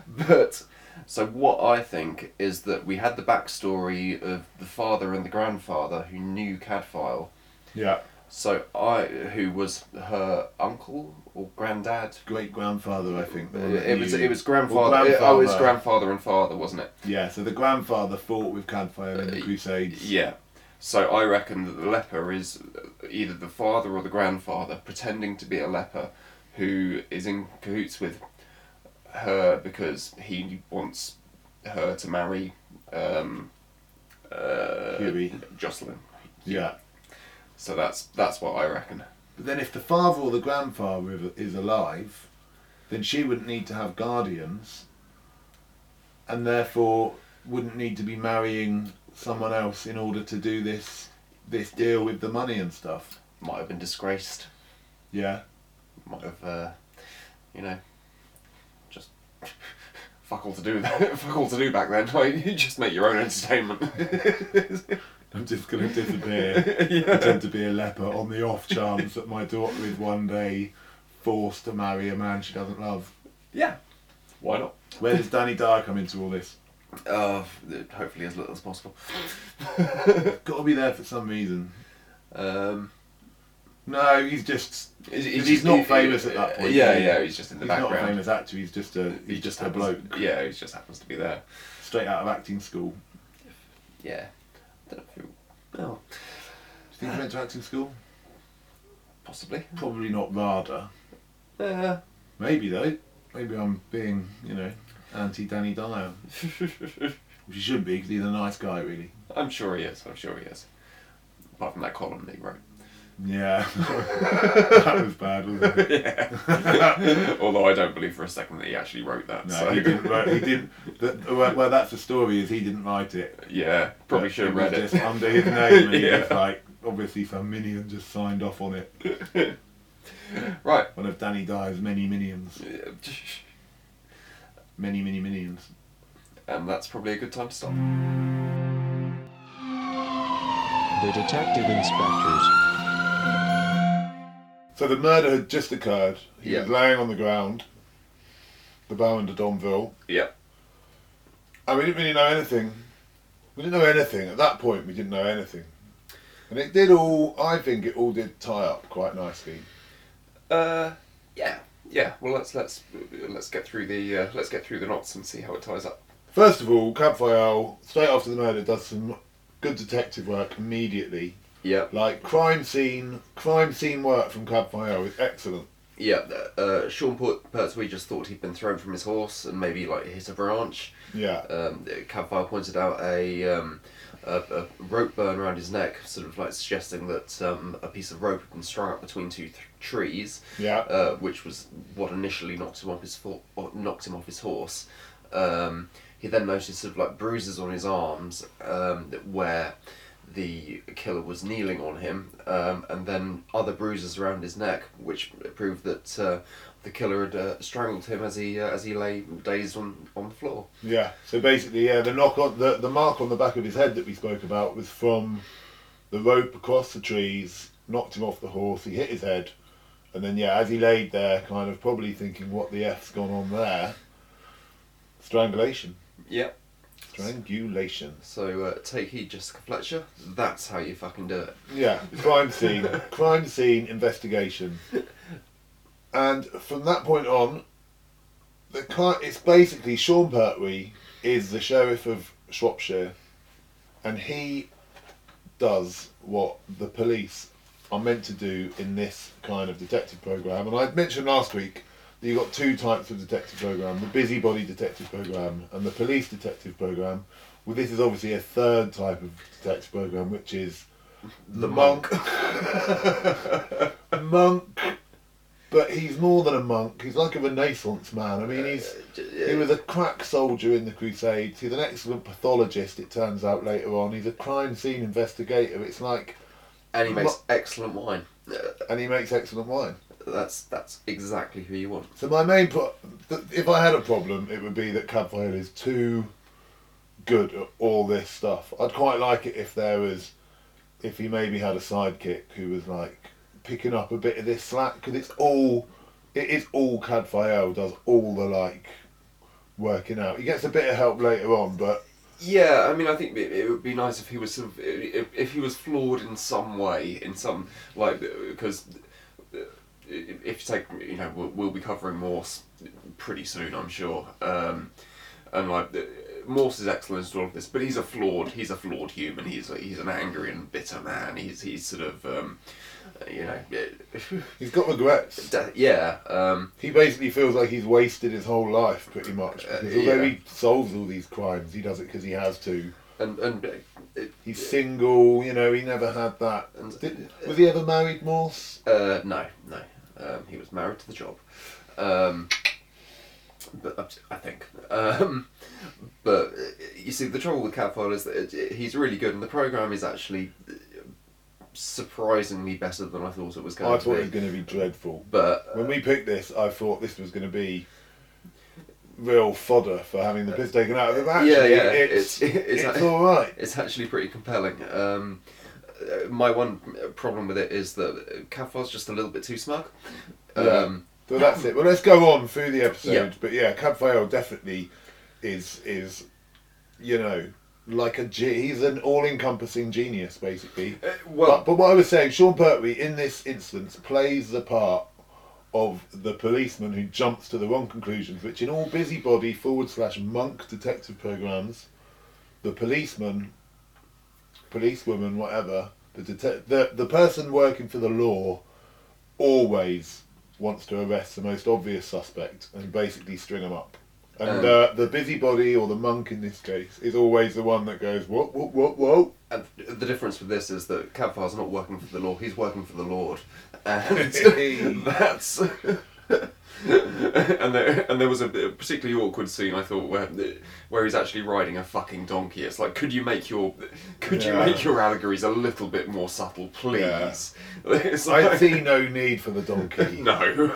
D: but so what I think is that we had the backstory of the father and the grandfather who knew Cadfile.
C: Yeah,
D: So I, who was her uncle or granddad,
C: great grandfather, I think. the
D: Uh,
C: one that
D: It was
C: you-
D: it was
C: or
D: grandfather. it- oh, it's grandfather and father, wasn't it?
C: Yeah, so the grandfather fought with Cadfael in the
D: Uh,
C: Crusades.
D: Yeah. So I reckon that the leper is either the father or the grandfather pretending to be a leper, who is in cahoots with her because he wants her to marry um, uh,
C: Huey.
D: Jocelyn.
C: yeah.
D: So that's that's what I reckon.
C: But then, if the father or the grandfather is- is alive, then she wouldn't need to have guardians, and therefore wouldn't need to be marrying someone else in order to do this this deal with the money and stuff.
D: Might have been disgraced.
C: Yeah,
D: might have, uh, you know, just fuck all to do. That, fuck all to do back then. Like, you just make your own entertainment.
C: I'm just going to disappear.
D: yeah.
C: Pretend to be a leper on the off chance that my daughter is one day forced to marry a man she doesn't love.
D: yeah, why not?
C: Where does Danny Dyer come into all this?
D: Uh, hopefully as little as possible.
C: Got to be there for some reason.
D: Um,
C: No, he's just
D: he's,
C: he's not famous at that point,
D: Yeah,
C: is he?
D: yeah, he's just in the
C: he's not a
D: background.
C: famous actor. He's just a he's
D: He
C: just a
D: happens,
C: bloke
D: Yeah, he just happens to be there.
C: straight out of acting school.
D: Yeah. I don't know who- No,
C: Do you think he went to acting school?
D: possibly.
C: Probably not. Rada.
D: Uh,
C: Maybe though. Maybe I'm being you know anti Danny Dyer. Which he shouldn't be because he's a nice guy, really.
D: I'm sure he is. I'm sure he is. Apart from that column that he wrote.
C: Yeah, that was bad, wasn't it?
D: Yeah. Although I don't believe for a second that he actually wrote that.
C: No,
D: so.
C: he didn't. Write, he didn't. That, well, well, that's the story. Is he didn't write it?
D: Yeah, probably
C: But
D: should have
C: was
D: read it.
C: Just under his name, and
D: Yeah.
C: yeah. just like obviously some minion just signed off on it.
D: Right.
C: One of Danny Dyer's many minions, many many minions.
D: And that's probably a good time to stop.
B: The detective inspectors.
C: So the murder had just occurred. He
D: Yeah.
C: was laying on the ground, the Baron de Donville,
D: Yeah.
C: and we didn't really know anything. We didn't know anything at that point. We didn't know anything, and it did all. I think it all did tie up quite nicely.
D: Uh, yeah. Yeah. Well, let's let's let's get through the uh, let's get through the knots and see how it ties up.
C: First of all, Cab Fayal, straight after the murder, does some good detective work immediately.
D: Yeah.
C: Like crime scene, crime scene work from Cab Fayal is excellent.
D: Yeah. Uh, Sean Port- Pertwee just thought he'd been thrown from his horse and maybe like hit a branch.
C: Yeah,
D: um, Campfire pointed out a, um, a, a rope burn around his neck, sort of like suggesting that um, a piece of rope had been strung up between two th- trees,
C: yeah,
D: uh, which was what initially knocked him off his fo- or knocked him off his horse. Um, he then noticed sort of like bruises on his arms um, that- where the killer was kneeling on him, um, and then other bruises around his neck, which proved that uh, the killer had uh, strangled him as he uh, as he lay dazed on, on the floor.
C: yeah. So basically, yeah, the knock on the the mark on the back of his head that we spoke about was from the rope across the trees, knocked him off the horse. He hit his head, and then yeah, as he laid there, kind of probably thinking, "What the f's gone on there?" Strangulation,
D: Yeah.
C: strangulation.
D: So uh, take heed, Jessica Fletcher. That's how you fucking do it.
C: Yeah, crime scene, crime scene investigation. And from that point on, the car, it's basically Sean Pertwee is the sheriff of Shropshire, and he does what the police are meant to do in this kind of detective program. And I mentioned last week that you got two types of detective program: the busybody detective program and the police detective program. Well, this is obviously a third type of detective program, which is the monk. monk. But he's more than a monk. He's like a Renaissance man. I mean, he's he was a crack soldier in the Crusades. He's an excellent pathologist. It turns out later on, he's a crime scene investigator. It's like,
D: and he makes
C: Mo-
D: excellent wine. Uh,
C: and he makes excellent wine.
D: that's that's exactly who you want.
C: So my main pro- th- if I had a problem, it would be that Cadfael is too good at all this stuff. I'd quite like it if there was, if he maybe had a sidekick who was like picking up a bit of this slack because it's all, it is all Cadfael does all the like working out. He gets a bit of help later on, but
D: Yeah, I mean, I think it, it would be nice if he was sort of if, if he was flawed in some way, in some like because uh, if you take you know we'll, we'll be covering Morse pretty soon, I'm sure. Um, and like the- Morse is excellent at all of this, but he's a flawed he's a flawed human. He's a, he's an angry and bitter man. He's he's sort of um, you know
C: he's got regrets.
D: da- yeah um,
C: He basically feels like he's wasted his whole life pretty much.
D: Uh,
C: Because although
D: yeah.
C: he solves all these crimes, he does it because he has to.
D: and and uh, it-
C: He's single, you know, he never had that.
D: And-
C: Did, was he ever married, Morse?
D: Uh, no, no. Um, he was married to the job. Um, but up to- I think. Um, but uh, you see, the trouble with Catfile is that it, it- he's really good, and the program is actually uh, surprisingly better than I thought it was
C: I
D: going
C: thought it
D: to
C: was
D: be.
C: going to be dreadful.
D: But uh,
C: When we picked this, I thought this was going to be real fodder for having the piss taken out of it. But Actually,
D: yeah, yeah,
C: it's,
D: it's-
C: it's,
D: it's like-
C: all right.
D: it's actually pretty compelling. Um, uh, my one problem with it is that Catfile's just a little bit too smug. Um,
C: So that's it. Well, let's go on through the episode.
D: Yeah.
C: But yeah, Cab Fayol definitely is is, you know, like a ge- he's an all-encompassing genius basically.
D: Uh, well-
C: but, but what I was saying, Sean Pertwee in this instance plays the part of the policeman who jumps to the wrong conclusions, which in all busybody forward slash monk detective programs, the policeman, policewoman, whatever, the detec- the the person working for the law always wants to arrest the most obvious suspect and basically string them up. And uh, the busybody or the monk in this case is always the one that goes, whoa, whoa, whoa, whoa.
D: And the difference with this is that Cadfar's not working for the law; he's working for the Lord, and that's. and there and there was a bit- a particularly awkward scene I thought where where he's actually riding a fucking donkey. It's like, could you make your could
C: Yeah.
D: you make your allegories a little bit more subtle, please? It's
C: I
D: like-
C: see no need for the donkey.
D: no.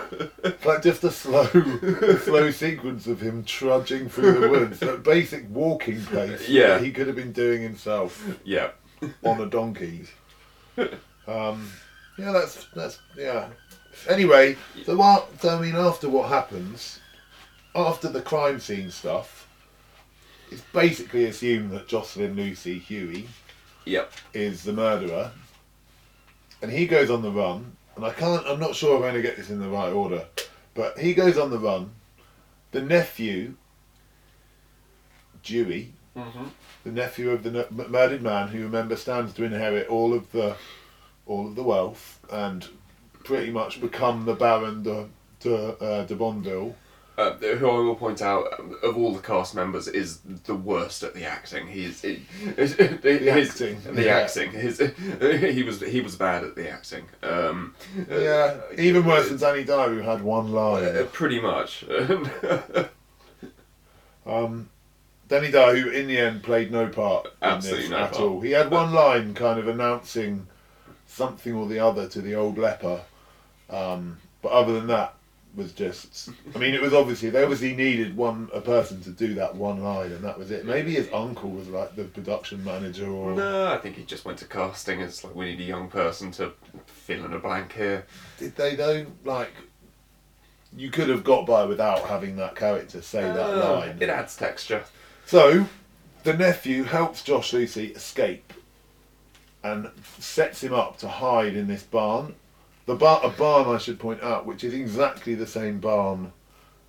C: Like just the slow, the slow sequence of him trudging through the woods, that basic walking pace
D: Yeah.
C: that he could have been doing himself
D: yeah.
C: on a donkey. Um, yeah, that's that's yeah. Anyway, so what? So I mean, after what happens, after the crime scene stuff, it's basically assumed that Jocelyn Lucy Huey
D: Yep.
C: is the murderer, and he goes on the run. And I can't. I'm not sure I'm going to get this in the right order, but he goes on the run. The nephew, Dewey, the nephew of the nu- m- murdered man, who remember stands to inherit all of the, all of the wealth and pretty much become the Baron de de, uh, de Bondil.
D: Uh, who I will point out um, of all the cast members is the worst at the acting. He is he- his- his-
C: acting,
D: The
C: yeah.
D: acting. His, he was he was bad at the acting. Um,
C: Yeah, even worse than Danny Dyer, who had one line.
D: uh, pretty much.
C: Mm. Danny Dyer, who in the end played no part in
D: Absolutely
C: this
D: no
C: at
D: part.
C: all. He had one line kind of announcing something or the other to the old leper, um, but other than that, was just. I mean, it was obviously they obviously needed one a person to do that one line, and that was it. Maybe his uncle was like the production manager, or
D: no, I think he just went to casting. It's like we need a young person to fill in a blank here.
C: did they though? Like, you could have got by without having that character say that
D: Uh,
C: line.
D: It adds texture.
C: So, the nephew helps Josh Lucy escape and sets him up to hide in this barn. The bar, a barn, I should point out, which is exactly the same barn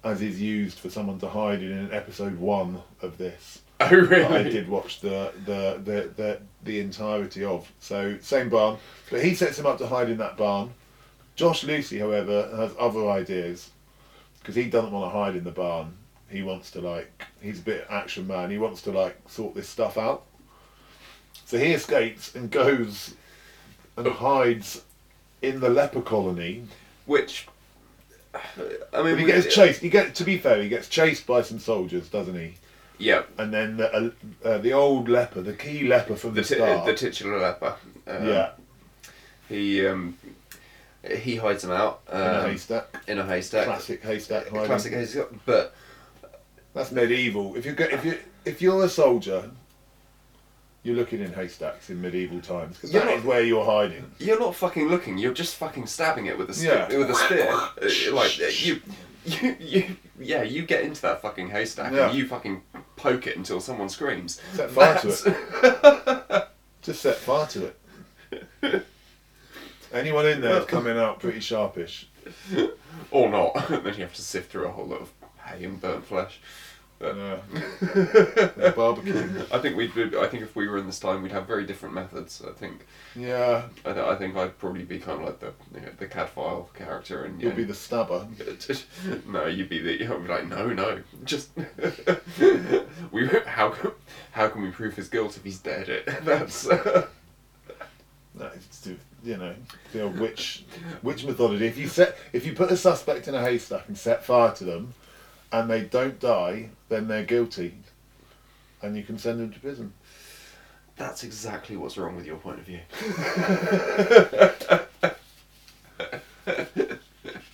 C: as is used for someone to hide in in episode one of this.
D: Oh really?
C: that I did watch the the, the the the entirety of. So same barn, but he sets him up to hide in that barn. Josh Lucy, however, has other ideas because he doesn't want to hide in the barn. He wants to like he's a bit action man. He wants to like sort this stuff out. So he escapes and goes and hides in the leper colony.
D: Which. I mean,
C: But he
D: we-
C: gets chased. He gets to be fair, he gets chased by some soldiers, doesn't he?
D: Yeah,
C: and then the, uh, uh, the old leper, the key leper from the,
D: the, ti-
C: start.
D: the titular leper. Um,
C: yeah,
D: He um, he hides him out um,
C: in a haystack,
D: in a haystack.
C: classic haystack hiding.
D: Classic haystack. But
C: That's medieval. If you go, if you if you're a soldier, you're looking in haystacks in medieval times 'cause
D: You're
C: that
D: not-
C: is where you're hiding.
D: you're not fucking looking. You're just fucking stabbing it with a spear.
C: Yeah.
D: With a spear. Uh, like uh, you, you, you, yeah. You get into that fucking haystack
C: Yeah.
D: and you fucking poke it until someone screams.
C: Set fire to
D: That's-
C: Just set fire to it. Anyone in there is coming out pretty sharpish.
D: Or not. then you have to sift through a whole lot of hay and burnt flesh. But
C: Yeah. They're Uh, barbecuing.
D: I think we'd. be- I think if we were in this time, we'd have very different methods. I think.
C: Yeah,
D: I, th- I think I'd probably be kind of like the you know, the catfile character, and
C: you'll
D: yeah,
C: be the stabber.
D: no, you'd be the. I'd be like, no, no, just we. How can how can we prove his guilt if he's dead? It that's uh,
C: That is to, you know, the old witch, witch mythology. If you set, if you put a suspect in a haystack and set fire to them, and they don't die, then they're guilty, and you can send them to prison.
D: that's exactly what's wrong with your point of view.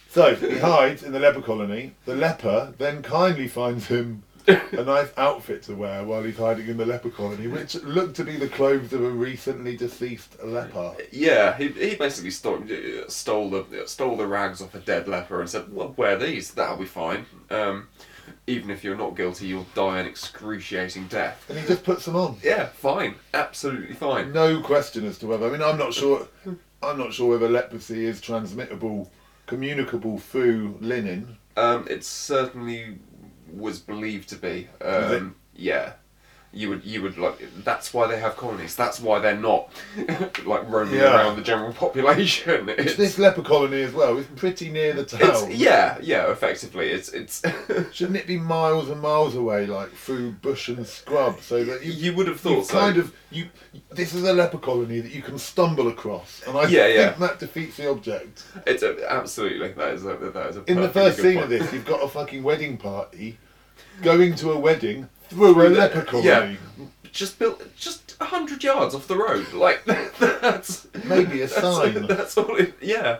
C: So he hides in the leper colony. The leper then kindly finds him a nice outfit to wear while he's hiding in the leper colony, which looked to be the clothes of a recently deceased leper.
D: Yeah, he, he basically stole stole the stole the rags off a dead leper and said, well, wear these. That'll be fine. Um, even if you're not guilty, you'll die an excruciating death.
C: And he just puts them on.
D: Yeah, fine, absolutely fine.
C: no question as to whether. I mean, I'm not sure. I'm not sure whether leprosy is transmittable, communicable through linen.
D: Um, it certainly was believed to be. Um, Yeah, You would, you would like. That's why they have colonies. That's why they're not like roaming
C: Yeah.
D: around the general population.
C: It's
D: It's,
C: this leper colony as well. It's pretty near the
D: it's
C: town.
D: yeah, yeah. Effectively, it's it's.
C: Shouldn't it be miles and miles away, like through bush and scrub, so that you,
D: you would have
C: you
D: thought so.
C: kind of you. This is a leper colony that you can stumble across, and I
D: Yeah,
C: think
D: yeah.
C: that defeats the object.
D: It's a, absolutely that is a, that is a
C: In the
D: perfectly
C: first
D: good
C: scene
D: point.
C: of this, you've got a fucking wedding party, going to a wedding through a
D: the-
C: leper colony.
D: yeah. just built just a hundred yards off the road. Like that's
C: Maybe a
D: that's-
C: sign.
D: That's all. It, yeah,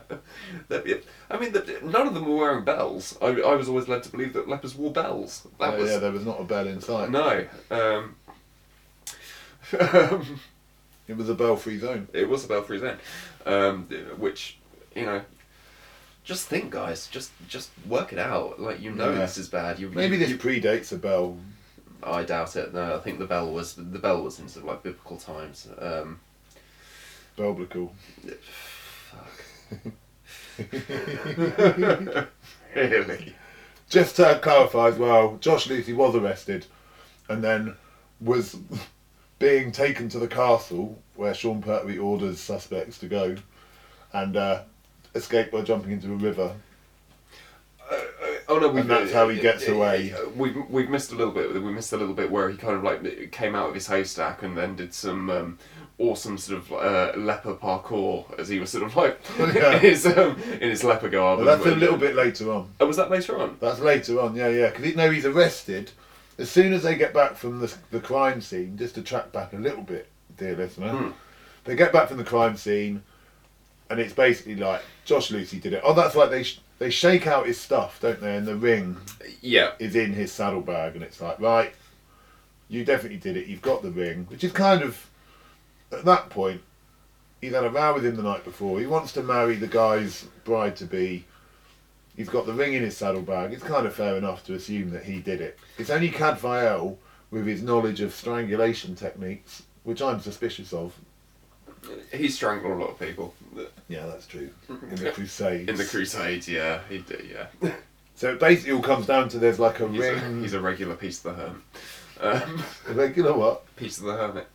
D: That'd be it. I mean, the, none of them were wearing bells. I, I was always led to believe that lepers wore bells. That
C: Oh,
D: was
C: yeah, there was not a bell in sight.
D: no. Um, um,
C: It was a bell-free zone.
D: it was a belfry then, um, which you know. Just think, guys. Just just work it out. Like you know,
C: Yeah.
D: this is bad. You
C: Maybe
D: you,
C: this
D: you-
C: predates a bell.
D: I doubt it. No, I think the bell was the bell was in sort of like biblical times. Um,
C: Belbical.
D: really?
C: Just to clarify as well, Josh Lucy was arrested and then was being taken to the castle where Sean Pertwee orders suspects to go and uh, escaped by jumping into a river.
D: Oh no, we
C: And that's how he gets away.
D: We we missed a little bit. We missed a little bit where he kind of like came out of his haystack and then did some um, awesome sort of uh, leper parkour as he was sort of like
C: Yeah.
D: in his um, in his leper garb.
C: But that's a
D: And-
C: little bit later on.
D: Oh, was that later on?
C: That's later on, yeah, yeah. Because no, he's arrested. As soon as they get back from the, the crime scene, just to track back a little bit, dear listener, they get back from the crime scene, and it's basically like Josh Lucy did it. Oh, that's right. They sh- they shake out his stuff, don't they? And the ring
D: Yeah.
C: is in his saddlebag, and it's like, right, you definitely did it. You've got the ring, which is kind of at that point. He's had a row with him the night before. He wants to marry the guy's bride to be. He's got the ring in his saddlebag. It's kind of fair enough to assume that he did it. It's only Cadfael with his knowledge of strangulation techniques, which I'm suspicious of.
D: He strangled a lot of people
C: Yeah, that's true. In the Crusades.
D: in the Crusades. Yeah, he did. Yeah,
C: so it basically all comes down to there's like a
D: he's a,
C: ring.
D: he's a regular piece of the hermit. Um,
C: like, you know what?
D: piece of the hermit.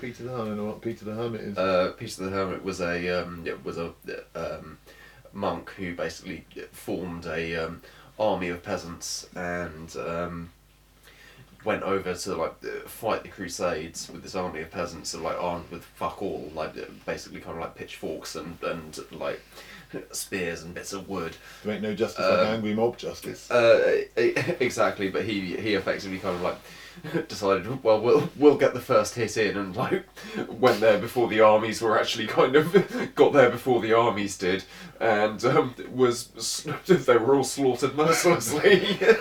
C: Peter the Hermit, I know what Peter the Hermit is.
D: uh, Peter the Hermit was a um, it was a um, monk who basically formed a um, army of peasants and um, went over to like uh, fight the Crusades with this army of peasants, sort of, like armed with fuck all, like uh, basically kind of like pitchforks and and like spears and bits of wood.
C: There ain't no justice
D: uh,
C: like angry mob justice.
D: Uh, e- exactly, but he he effectively kind of like decided, well, we'll we'll get the first hit in, and like went there before the armies were actually kind of got there before the armies did, and um, was s- they were all slaughtered mercilessly.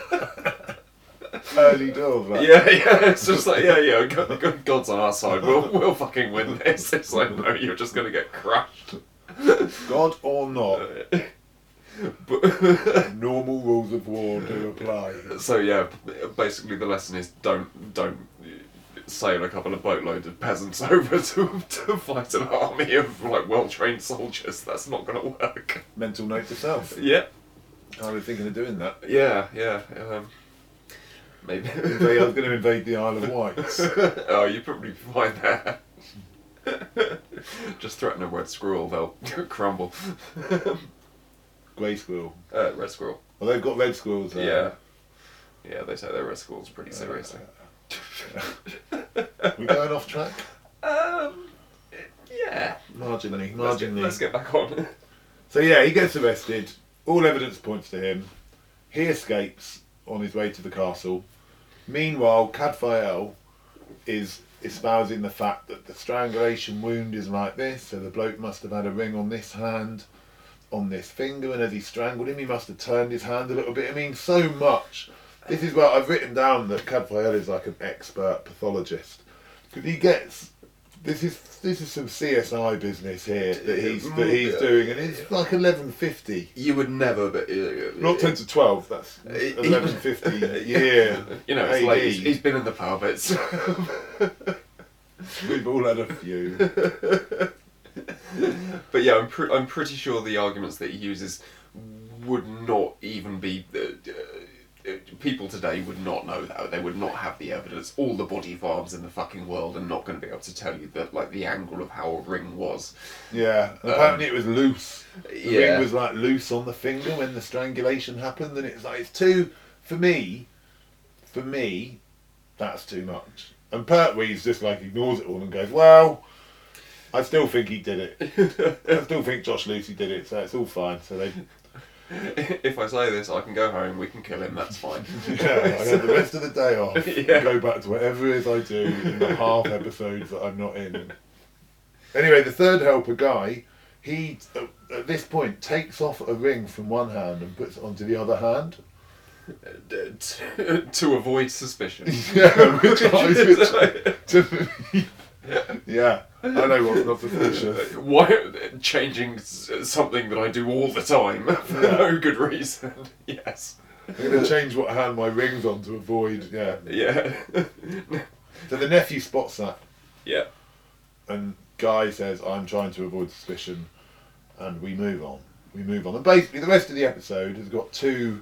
C: Early doors, right?
D: Yeah, yeah, it's just like yeah, yeah, God, God- God's on our side. We'll we'll fucking win this. It's like no, you're just gonna get crushed.
C: God or not,
D: Oh, But,
C: normal rules of war do apply.
D: So yeah, basically the lesson is don't don't sail a couple of boatloads of peasants over to, to fight an army of like well trained soldiers. That's not going to work.
C: Mental note to self.
D: Yeah,
C: I was thinking of doing that.
D: yeah, yeah. Um, maybe.
C: Invade- I was going to invade the Isle of Wight.
D: oh, you'd probably be fine there. Just threaten a red squirrel, they'll crumble.
C: Grey squirrel.
D: uh, red squirrel. Uh,
C: Well, they've got red squirrels there.
D: Yeah. Yeah, they take their red squirrels pretty seriously.
C: We going off track?
D: Um, yeah.
C: Marginally.
D: Let's get,
C: Marginally.
D: let's get back on.
C: So yeah, he gets arrested. All evidence points to him. He escapes on his way to the castle. Meanwhile, Cadfael is espousing the fact that the strangulation wound is like this, so the bloke must have had a ring on this hand, on this finger, and as he strangled him, he must have turned his hand a little bit. It means so much. This is where I've written down that Cadfael is like an expert pathologist because he gets. This is this is some CSI business here that he's that he's doing, and it's like eleven fifty.
D: You would never, but uh,
C: Not ten to twelve. That's
D: He-
C: eleven fifty. Yeah,
D: You know, it's like he's, he's been in the pub. It's
C: we've all had a few.
D: but yeah, I'm pre- I'm pretty sure the arguments that he uses would not even be uh, uh, it- people today would not know that. They would not have the evidence. All the body farms in the fucking world are not going to be able to tell you that, like, the angle of how a ring was.
C: Yeah, apparently it was loose. The
D: Um, yeah.
C: ring was like loose on the finger when the strangulation happened, and it's like it's too. For me, for me, that's too much. And Pertwee's just like ignores it all and goes, "Well, I still think he did it. I still think Josh Lucy did it, so it's all fine." So they,
D: if I say this, I can go home. We can kill him. That's fine.
C: yeah, I had the rest of the day off. and
D: Yeah.
C: Go back to whatever it is I do in the half episodes that I'm not in. Anyway, the third helper guy, he uh, at this point takes off a ring from one hand and puts it onto the other hand.
D: to, Uh, to avoid suspicion.
C: Yeah, which I, to me, yeah, I know what's not suspicious.
D: Why changing s- something that I do all the time for no good reason? Yes.
C: I'm going to change what hand my ring's on to avoid. Yeah.
D: Yeah.
C: So the nephew spots that,
D: yeah.
C: and Guy says, "I'm trying to avoid suspicion," and we move on. We move on, and basically the rest of the episode has got two,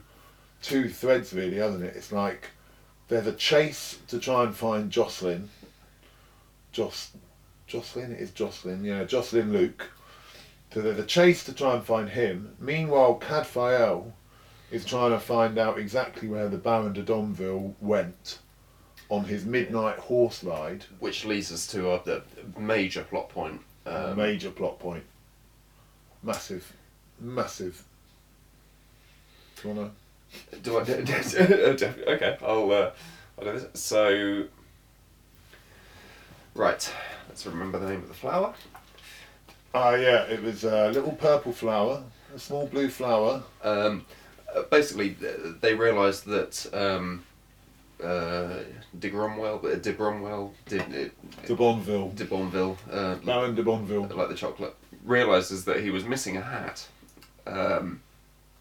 C: two threads really, hasn't it? It's like there's a chase to try and find Jocelyn. Jos, Jocelyn it is Jocelyn, yeah, Jocelyn Luke. So there's a chase to try and find him. Meanwhile, Cadfael is trying to find out exactly where the Baron de Domville went on his midnight horse ride.
D: Which leads us to a, a major plot point. Um,
C: major plot point. Massive, massive. Do you wanna?
D: Do I? okay, I'll. Uh, I'll do this. So. Right, let's remember the name of the flower.
C: Ah, yeah. It was a little purple flower, a small blue flower.
D: Um, uh, basically, th- they realised that um, uh, de Bromwell, uh, de Bromwell, de,
C: De Bonville,
D: de Bonville, uh,
C: Baron de Bonville.
D: like the chocolate, realises that he was missing a hat. Um,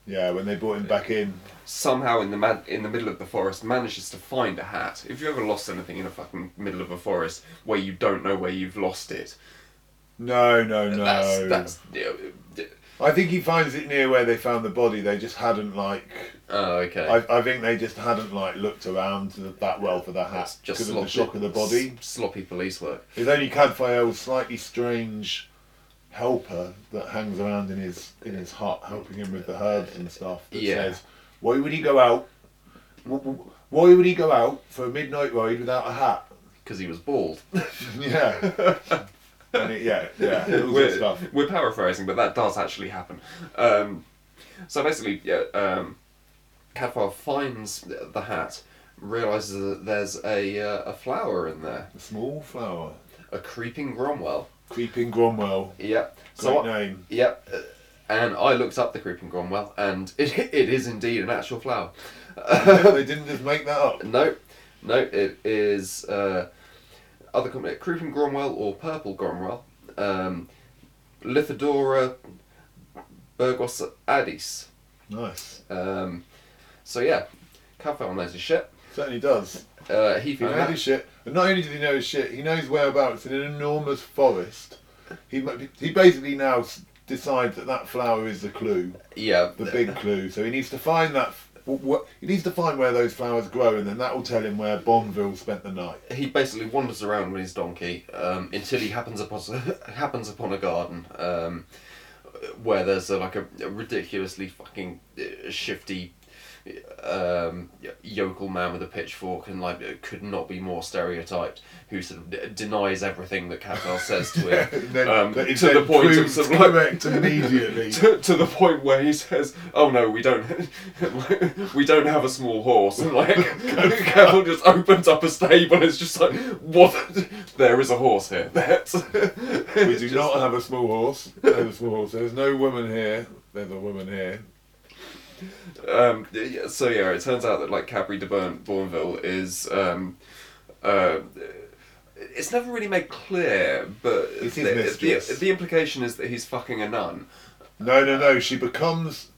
C: Yeah, when they brought him back in.
D: somehow, in the man- in the middle of the forest, manages to find a hat. If you ever lost anything in the fucking middle of a forest where you don't know where you've lost it,
C: No, no, no.
D: that's that's. yeah,
C: I think he finds it near where they found the body. They just hadn't like.
D: oh, okay.
C: I, I think they just hadn't like looked around to the, that well for the hat
D: That's
C: because of the shock of the body.
D: s- sloppy police work.
C: It's only Cadfael's slightly strange helper that hangs around in his in his hut, helping him with the herbs and stuff. That
D: Yeah.
C: says, "Why would he go out? wh- wh- Why would he go out for a midnight ride without a hat?"
D: Because he was bald.
C: Yeah. and it, yeah, yeah, all
D: we're,
C: good stuff.
D: we're paraphrasing, but that does actually happen. Um, so basically, yeah, um, Cadfael finds the hat, realizes that there's a uh, a flower in there,
C: A small flower,
D: a creeping Cromwell.
C: creeping Cromwell.
D: Yep.
C: Great
D: So I-
C: name.
D: Yep. uh, And I looked up the creeping Cromwell, and it, it is indeed an actual flower.
C: they didn't just make that up.
D: No, no, it is uh, other company, Creeping Cromwell or Purple Cromwell, um, Lithodora Burgos Addis.
C: Nice,
D: Um, so yeah, Cadfael knows his shit.
C: certainly does.
D: Uh, he
C: He
D: found
C: knows his
D: that.
C: shit. And not only does he know his shit, he knows whereabouts in an enormous forest. He mu- he basically now s- decides that that flower is the clue,
D: Yeah,
C: the big clue. So he needs to find that. f- wh- wh- he needs to find where those flowers grow, and then that will tell him where Bonville spent the night.
D: he basically wanders around with his donkey um, until he happens upon happens upon a garden um, where there's a, like a, ridiculously fucking uh, shifty um, yokel man with a pitchfork and like it could not be more stereotyped who sort of d- denies everything that Cadwell says to him
C: And then,
D: um,
C: that he
D: to the
C: then
D: point of
C: proves
D: sort of like-
C: correct immediately.
D: to, to the point where he says, "Oh no, we don't, we don't have a small horse." And like, Cavill just opens up a stable. and It's just like, what? There is a horse here. That's.
C: We do not have a small horse. There's a small horse. There's no woman here. There's a woman here.
D: Um, yeah, so yeah, it turns out that like Cabri de Bourne- Bourneville is. Um, uh, it's never really made clear, but
C: It's his
D: the, the,
C: mistress.
D: the implication is that he's fucking a nun.
C: No, no, no. She becomes.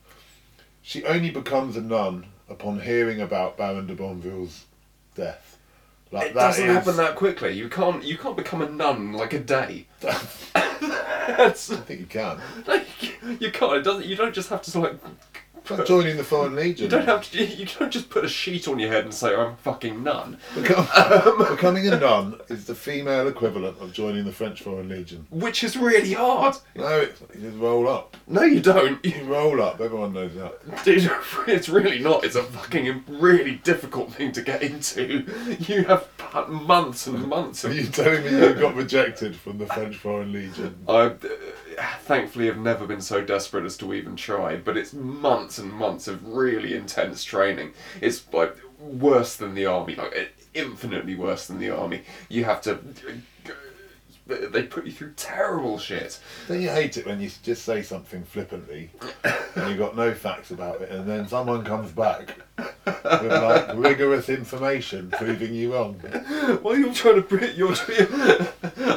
C: She only becomes a nun upon hearing about Baron de Bonneville's death. Like
D: It
C: that
D: doesn't
C: is-
D: happen that quickly. You can't. You can't become a nun in, like a day.
C: I
D: That's
C: think you can.
D: Like, you can't. It doesn't. You don't just have to like
C: Put- Joining the Foreign
D: You
C: Legion.
D: don't have to. You don't just put a sheet on your head and say I'm a fucking nun.
C: Become-
D: Um,
C: becoming a nun is the female equivalent of joining the French Foreign Legion.
D: Which is really hard.
C: No, it's, you just roll up.
D: No, you don't. You-
C: You roll up, everyone knows that.
D: Dude, it's really not. It's a fucking really difficult thing to get into. You have p- months and months
C: Are
D: of.
C: you telling me you got rejected from the French Foreign Legion?
D: I uh, thankfully have never been so desperate as to even try, but it's months and months of really intense training. It's like worse than the army, like i- infinitely worse than the army. You have to. They put you through terrible shit.
C: Don't you hate it when you just say something flippantly and you got no facts about it, and then someone comes back with like rigorous information proving you wrong?
D: Well, you're trying to bring you're.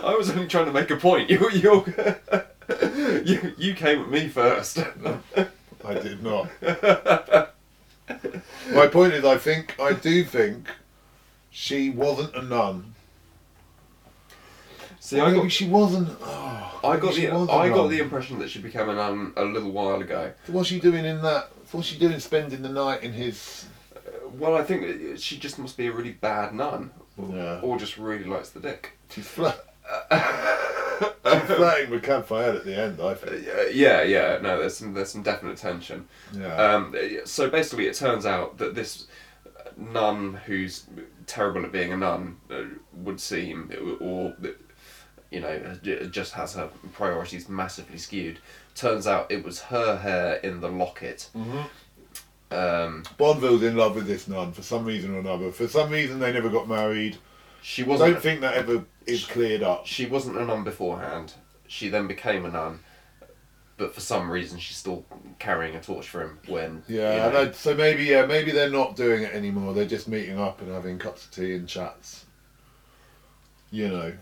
D: I was only trying to make a point. You you you you came at me first.
C: I did not. My point is, I think, I do think she wasn't a nun.
D: See,
C: Or
D: I
C: maybe
D: got
C: she wasn't. Oh,
D: I
C: maybe
D: got
C: she
D: the
C: was a
D: I got
C: nun.
D: the impression that she became an nun a little while ago.
C: What's she doing in that? What's she doing spending the night in his.
D: Well, I think that she just must be a really bad nun,
C: Yeah.
D: or just really likes the dick.
C: She's flat. She's flirting with Cadfael at the end, I
D: Uh,
C: think.
D: yeah, yeah. No, there's some there's some definite tension.
C: Yeah.
D: Um, so basically, it turns out that this uh, nun who's terrible at being a nun uh, would seem, or you know, uh, j- just has her priorities massively skewed. Turns out it was her hair in the locket.
C: Mm-hmm.
D: Um,
C: Bonville's in love with this nun for some reason or another. For some reason, they never got married.
D: she
C: I
D: wasn't.
C: don't think that ever is cleared up.
D: She wasn't a nun beforehand. She then became a nun, but for some reason she's still carrying a torch for him when. you
C: Yeah, and
D: know-
C: I, so maybe yeah, maybe they're not doing it anymore. They're just meeting up and having cups of tea and chats. You know,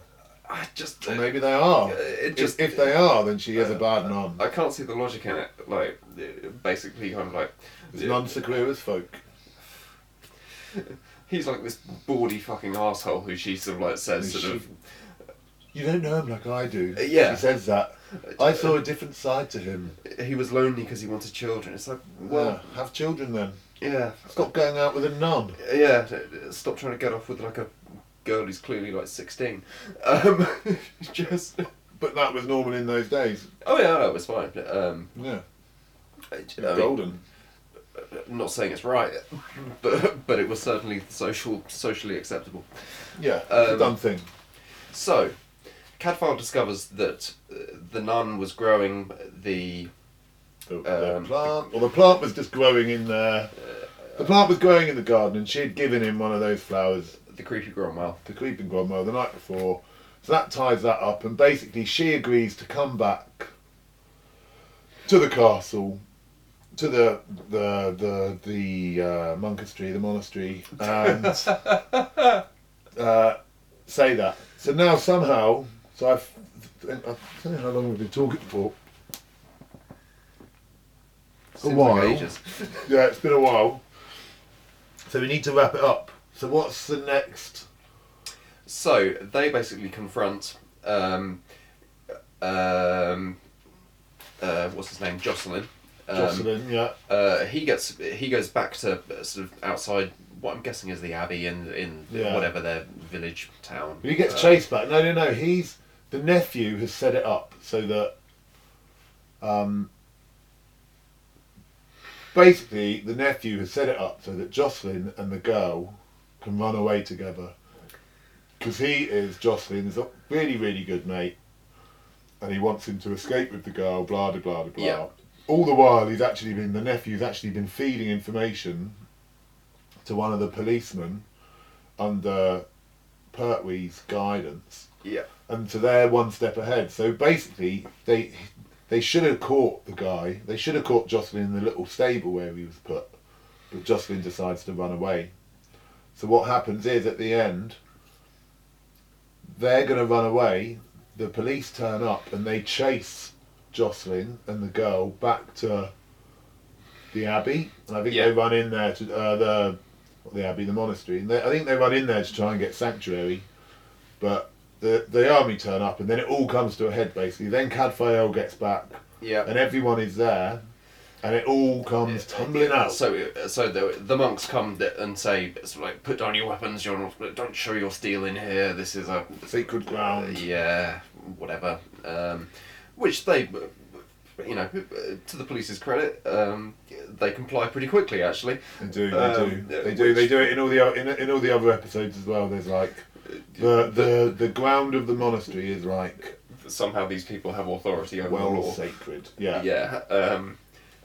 D: I just.
C: or maybe they are.
D: Uh, it
C: If-
D: just- Uh,
C: if, they are, then she is a bad nun.
D: I can't see the logic in it. Like, uh, basically, kind of like.
C: It's nun secure as folk.
D: He's like this bawdy fucking asshole who she sort of like says,
C: Is
D: sort of.
C: You don't know him like I do.
D: Uh, yeah.
C: she says that. I saw a different side to him.
D: He was lonely because he wanted children. It's like, Uh, well,
C: Yeah, have children then.
D: yeah.
C: Stop going out with a nun.
D: Yeah, stop trying to get off with like a girl who's clearly like 16. Um, just.
C: But that was normal in those days.
D: Oh, yeah, no, it was fine. Um,
C: Yeah,
D: I mean,
C: golden.
D: I'm not saying it's right, but but it was certainly social socially acceptable.
C: Yeah, it's a
D: Um,
C: done thing.
D: So, Cadfael discovers that uh, the nun was growing the
C: The, the
D: um,
C: plant. Well, the plant was just growing in there. The plant was growing in the garden, and she had given him one of those flowers,
D: the creepy Cromwell.
C: the creeping grandmother, the night before. So that ties that up, and basically she agrees to come back to the castle, to the the the the uh, monastery, the monastery, and uh, say that. So now somehow, so I've, I don't know how long we've been talking for.
D: Seems
C: while.
D: Like ages.
C: Yeah, it's been a while. So we need to wrap it up. So what's the next?
D: So they basically confront um, um, uh, what's his name, Jocelyn. Um,
C: Jocelyn, yeah.
D: Uh, he gets he goes back to uh, sort of outside what I'm guessing is the abbey in in
C: Yeah.
D: whatever their village town.
C: But he gets
D: Uh,
C: chased back. No, no, no. He's the nephew has set it up so that, um, basically the nephew has set it up so that Jocelyn and the girl can run away together. Because he is Jocelyn's really, really good mate, and he wants him to escape with the girl. Blah, blah, blah, blah. blah.
D: Yeah.
C: All the while, he's actually been the nephew's actually been feeding information to one of the policemen under Pertwee's guidance,
D: Yeah.
C: and so they're one step ahead. So basically, they they should have caught the guy. They should have caught Jocelyn in the little stable where he was put, but Jocelyn decides to run away. So what happens is at the end, they're going to run away. The police turn up and they chase Jocelyn and the girl back to the abbey. And I think
D: Yeah.
C: they run in there to uh, the not the abbey, the monastery. And they, I think they run in there to try and get sanctuary, but the the army turn up and then it all comes to a head basically. Then Cadfael gets back
D: Yeah.
C: and everyone is there. and it all comes tumbling out.
D: So, so the, the monks come th- and say, it's like, put down your weapons, you're not, don't show your steel in here. This is a
C: Sacred ground.
D: yeah, whatever. Um, which they, you know, to the police's credit, um, they comply pretty quickly. Actually,
C: They do, they
D: Um,
C: do, they do, they
D: which-
C: do it in all the o- in, in all the other episodes as well. There's like
D: Uh,
C: the the the ground of the monastery is like
D: somehow these people have authority over the
C: well
D: law.
C: sacred. Yeah,
D: Yeah. Um,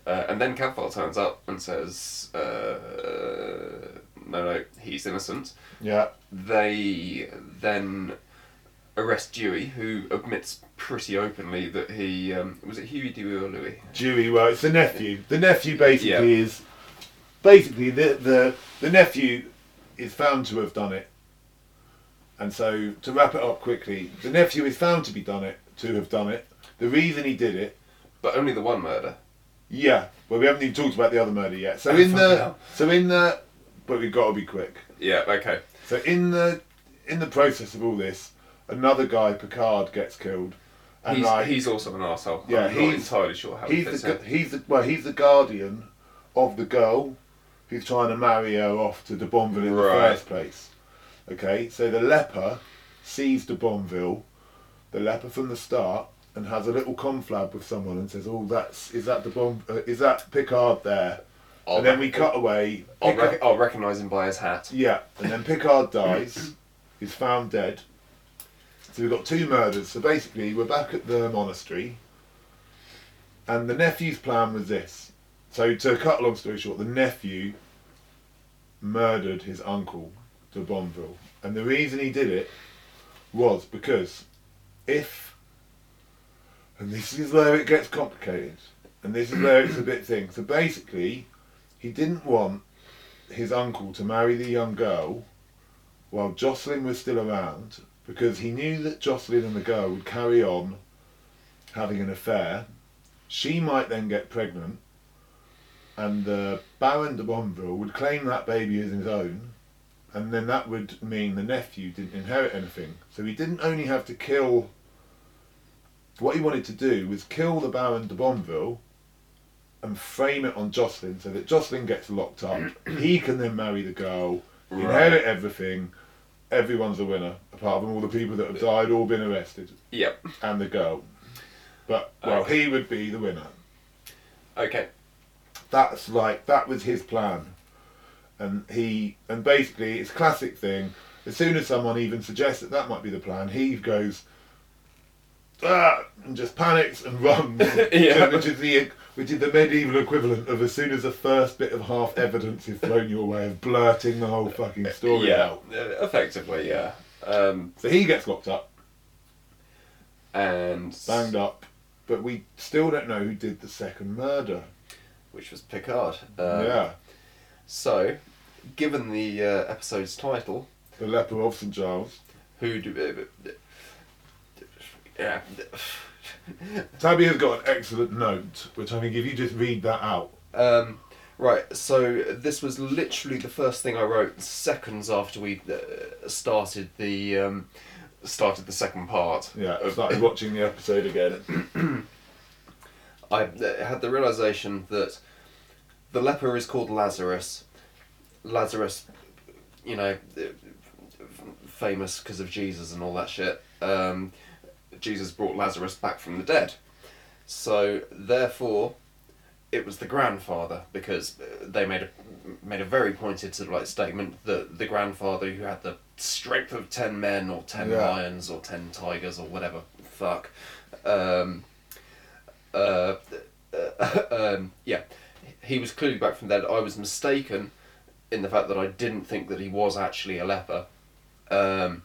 D: uh, and then Cathal turns up and says, uh, "No, no, he's innocent."
C: yeah.
D: They then arrest Dewey, who admits pretty openly that he um, was it Huey, Dewey, or Louis.
C: Dewey, well, it's the nephew. The nephew basically is basically the the the nephew is found to have done it. And so to wrap it up quickly, the nephew is found to be done it to have done it. The reason he did it
D: But only the one murder.
C: Yeah, well, we haven't even talked about the other murder yet. So
D: Oh,
C: in
D: fucking
C: the
D: hell.
C: so in the but we've got to be quick.
D: Yeah. Okay.
C: So in the in the process of all this, another guy Picard gets killed, and
D: he's,
C: like
D: he's also an arsehole.
C: Yeah,
D: I'm not
C: he's-
D: entirely sure how he
C: he's
D: fits
C: the
D: in.
C: gu- he's the well he's the guardian of the girl who's trying to marry her off to de Bonville in
D: Right.
C: the first place. Okay, so the leper sees de Bonville, the leper from the start, and has a little conflab with someone and says, "Oh, that's is that de Bon uh, is that Picard there?"
D: I'll
C: and then
D: rec-
C: we cut away.
D: I'll,
C: Picard-
D: rec- I'll recognise him by his hat.
C: yeah, and then Picard dies. He's found dead. So we've got two murders. So basically, we're back at the monastery. And the nephew's plan was this. So to cut a long story short, the nephew murdered his uncle, de Bonville. And the reason he did it was because if, and this is where it gets complicated, and this is where it's a bit thing. So basically, he didn't want his uncle to marry the young girl while Jocelyn was still around because he knew that Jocelyn and the girl would carry on having an affair. She might then get pregnant, and the Baron de Bonville would claim that baby as his own, and then that would mean the nephew didn't inherit anything. So he didn't only have to kill. What he wanted to do was kill the Baron de Bonville and frame it on Jocelyn so that Jocelyn gets locked up. he can then marry the girl, inherit everything. Everyone's a winner, apart from all the people that have died or been arrested,
D: Yep.
C: and the girl. But well,
D: Okay.
C: he would be the winner.
D: Okay.
C: That's like that was his plan, and he and basically it's classic thing. As soon as someone even suggests that that might be the plan, he goes ah, and just panics and runs,
D: Yeah.
C: which is the which is the medieval equivalent of as soon as the first bit of half evidence is thrown your way of blurting the whole fucking story
D: yeah.
C: out.
D: uh, Effectively, yeah. Um,
C: So he gets locked up,
D: and
C: banged up, but we still don't know who did the second murder.
D: which was Picard. Um,
C: yeah,
D: So, given the uh, episode's title,
C: the leper of St Giles.
D: who do uh, yeah
C: Tabby has got an excellent note, which I think if you just read that out,
D: um, right? So this was literally the first thing I wrote seconds after we uh, started the um, started the second part.
C: yeah, I
D: of-
C: started watching the episode again.
D: I uh, had the realization that the leper is called Lazarus. Lazarus, you know, uh, famous because of Jesus and all that shit. Um, Jesus brought Lazarus back from the dead. So therefore, it was the grandfather because uh, they made a made a very pointed sort of like statement that the grandfather who had the strength of ten men or ten
C: Yeah.
D: lions or ten tigers or whatever fuck. Um, uh, um, yeah, he was clearly back from dead. I was mistaken in the fact that I didn't think that he was actually a leper. Um,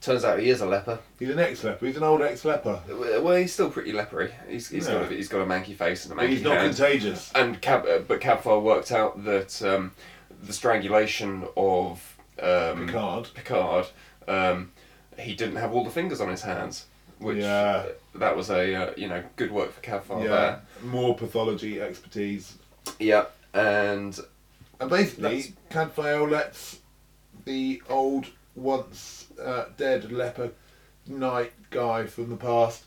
D: turns out he is a leper.
C: He's an ex-leper. He's an old ex-leper.
D: Well, he's still pretty lepery. He's, he's got a,
C: Yeah.
D: he's got a manky face and a
C: But
D: manky
C: he's not
D: hand.
C: contagious.
D: And Cab, uh, but Cabfar worked out that um, the strangulation of um,
C: Picard.
D: Picard, um, he didn't have all the fingers on his hands, which
C: Yeah.
D: that was a uh, you know good work for Cabfar
C: Yeah,
D: there.
C: more pathology expertise.
D: Yeah, and
C: And basically,
D: That's-
C: Cadfael lets the old, once uh, dead leper knight guy from the past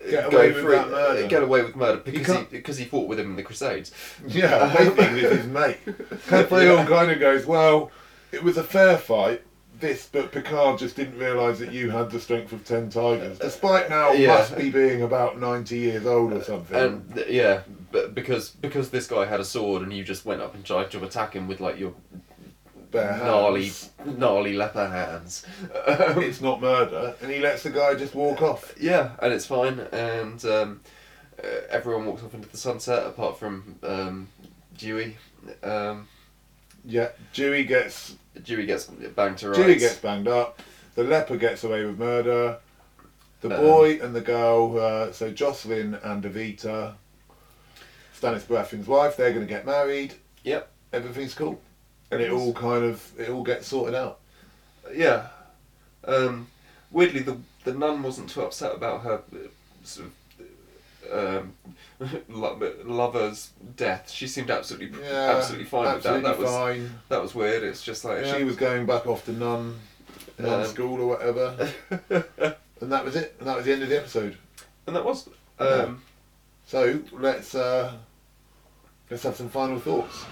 C: Get
D: go
C: away with
D: free,
C: that murder.
D: get away with murder because he,
C: can't-
D: because he fought with him in the Crusades.
C: Yeah, basically it's his mate. Papillon kind of goes, well, it was a fair fight, this, but Picard just didn't realise that you had the strength of 10 tigers, despite now
D: Yeah.
C: must be being about 90 years old or something.
D: And th- yeah, but because because this guy had a sword and you just went up and tried to attack him with like your
C: Bare hands.
D: gnarly gnarly leper hands.
C: It's not murder, and he lets the guy just walk off.
D: Yeah, and it's fine, and um, uh, everyone walks off into the sunset apart from um, Dewey. Um,
C: Yeah, Dewey gets
D: Dewey gets banged to rights.
C: Dewey gets banged up. The leper gets away with murder. The
D: Um,
C: boy and the girl, uh, so Jocelyn and Evita, Stannis Baratheon's wife, they're going to get married.
D: Yep.
C: Everything's cool, and it all kind of it all gets sorted out.
D: Yeah. Um, weirdly, the the nun wasn't too upset about her uh, sort of um, lo- lover's death. She seemed absolutely
C: Yeah,
D: absolutely fine
C: absolutely
D: with that. That was
C: fine.
D: that was weird. It's just like
C: She was going back off to nun, nun
D: Um,
C: school or whatever, and that was it. And that was the end of the episode.
D: and that was um,
C: Yeah. So let's uh, let's have some final thoughts.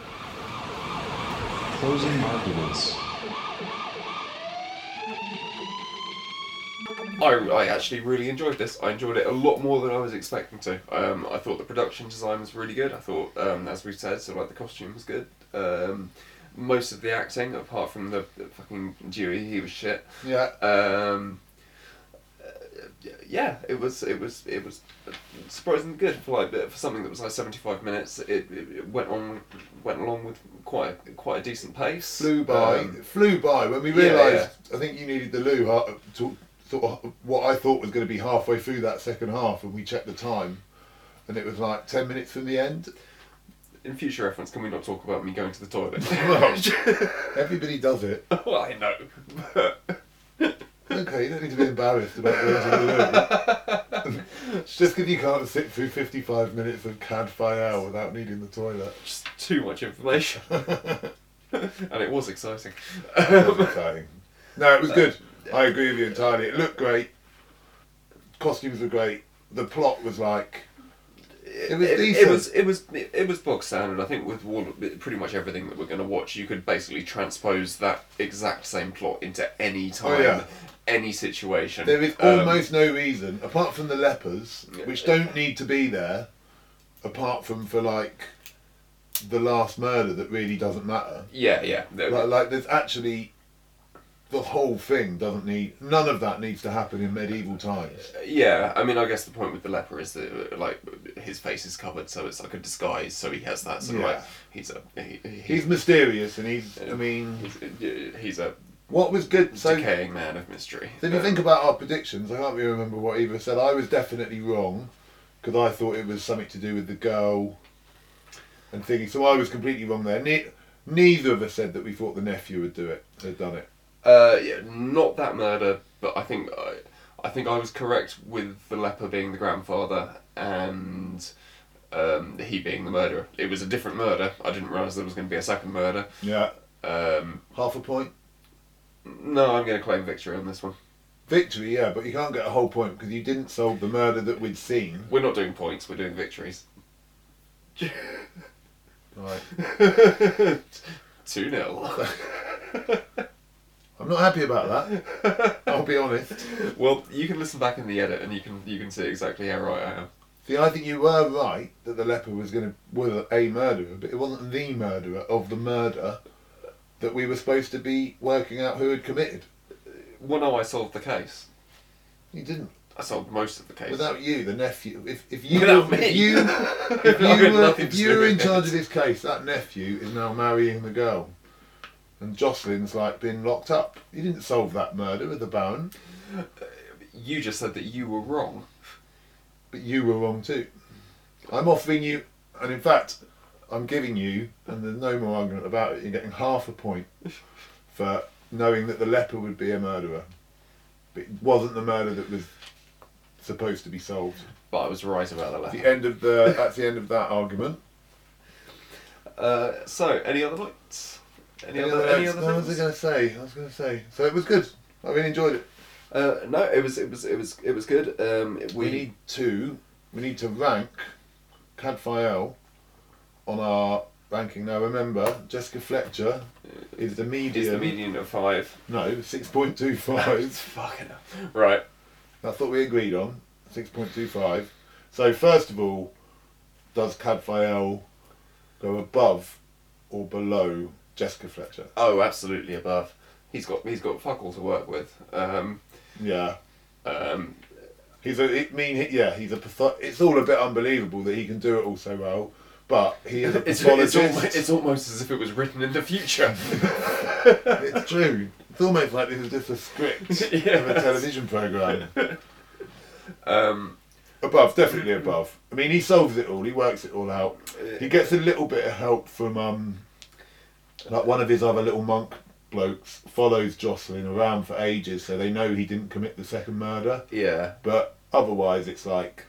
B: Closing arguments.
D: I, I actually really enjoyed this. I enjoyed it a lot more than I was expecting to. Um, I thought the production design was really good. I thought, um, as we said, so like the costume was good. Um, most of the acting, apart from the, the fucking Dewey, he was shit.
C: Yeah,
D: Um, uh, yeah, it was it was it was surprisingly good for like for something that was like seventy five minutes. It, it it went on went along with quite quite a decent pace.
C: flew by,
D: Um,
C: flew by. When we
D: yeah,
C: realised, I think you needed the loo ha- to, sort of what I thought was going to be halfway through that second half, and we checked the time, and it was like ten minutes from the end.
D: in future reference, can we not talk about me going to the toilet?
C: Everybody does it.
D: I know.
C: Okay, you don't need to be embarrassed about going to the loo. Just because you can't sit through fifty-five minutes of cad fire without needing the toilet.
D: just too much information. and it was exciting.
C: That was exciting. No, it was good. I agree with you entirely. It looked great. Costumes were great. The plot was like It was
D: it,
C: decent.
D: was it was it, it was bog standard. I think with all, with pretty much everything that we're going to watch, you could basically transpose that exact same plot into any time,
C: Oh, yeah.
D: any situation.
C: There is
D: Um,
C: almost no reason, apart from the lepers,
D: Yeah.
C: which don't need to be there, apart from for like the last murder that really doesn't matter.
D: yeah, yeah. there-
C: Like, like there's actually the whole thing doesn't need none of that needs to happen in medieval times.
D: yeah, I mean, I guess the point with the leper is that uh, like his face is covered, so it's like a disguise. So he has that sort of
C: Yeah.
D: like he's a he, he-
C: He's mysterious, and he's. I mean,
D: he's, uh, he's a
C: what was good? So, so
D: decaying man of mystery.
C: if you
D: Um,
C: think about our predictions, I can't really remember what either said. I was definitely wrong because I thought it was something to do with the girl and thinking. So I was completely wrong there. Ne- neither of us said that we thought the nephew would do it. Had done it.
D: Uh, yeah, not that murder, but I think I, I think I was correct with the leper being the grandfather and um, he being the murderer. It was a different murder. I didn't realize there was going to be a second murder.
C: Yeah.
D: Um,
C: Half a point.
D: no, I'm going to claim victory on this one.
C: Victory, yeah, but you can't get a whole point because you didn't solve the murder that we'd seen.
D: We're not doing points. We're doing victories.
C: Right.
D: Two 0
C: I'm not happy about that. I'll be honest.
D: Well, you can listen back in the edit and you can you can see exactly how right I am.
C: See, I think you were right that the leper was going to was a murderer, but it wasn't the murderer of the murder that we were supposed to be working out who had committed.
D: Well, no, I solved the case.
C: You didn't.
D: I solved most of the case.
C: Without you, the nephew. If if you
D: Without
C: were-
D: me.
C: if you if
D: I've
C: you
D: got
C: were,
D: nothing
C: if
D: to
C: you
D: do
C: were in
D: with
C: charge of
D: it.
C: this case, that nephew is now marrying the girl, and Jocelyn's like been locked up. You didn't solve that murder with the Baron,
D: you just said that you were wrong.
C: but you were wrong too. I'm offering you, and in fact, I'm giving you, and there's no more argument about it. You're getting half a point for knowing that the leper would be a murderer, but it wasn't the murder that was supposed to be solved.
D: But I was right about the leper.
C: The end of the that's the end of that argument.
D: Uh, so, any other lights? Any,
C: Any
D: other,
C: other
D: any
C: notes?
D: other
C: No, what was I
D: things?
C: going to say? I was going to say. So it was good. I really enjoyed it.
D: Uh, no, it was it was it was it was good. Um, it-
C: We need to we need to rank Cadfael on our ranking. Now remember, Jessica Fletcher Uh, is the
D: is the um,
C: median.
D: median of five.
C: No, six point two five.
D: Fucking hell. Right.
C: I thought we agreed on six point two five. So first of all, does Cadfael go above or below Jessica Fletcher?
D: Oh, absolutely above. He's got he's got fuck all to work with. Um,
C: Yeah.
D: um,
C: He's a, I mean, he- yeah, he's a patho- It's all a bit unbelievable that he can do it all so well, but he is a
D: it's, it's,
C: pathologist.
D: almost, it's almost as if it was written in the future.
C: It's true. It's almost like this is just a script of a
D: Yes.
C: television program.
D: um,
C: above, definitely above. I mean, he solves it all. He works it all out. He gets a little bit of help from um, like one of his other little monk blokes follows Jocelyn around for ages, so they know he didn't commit the second murder.
D: yeah.
C: But otherwise, it's like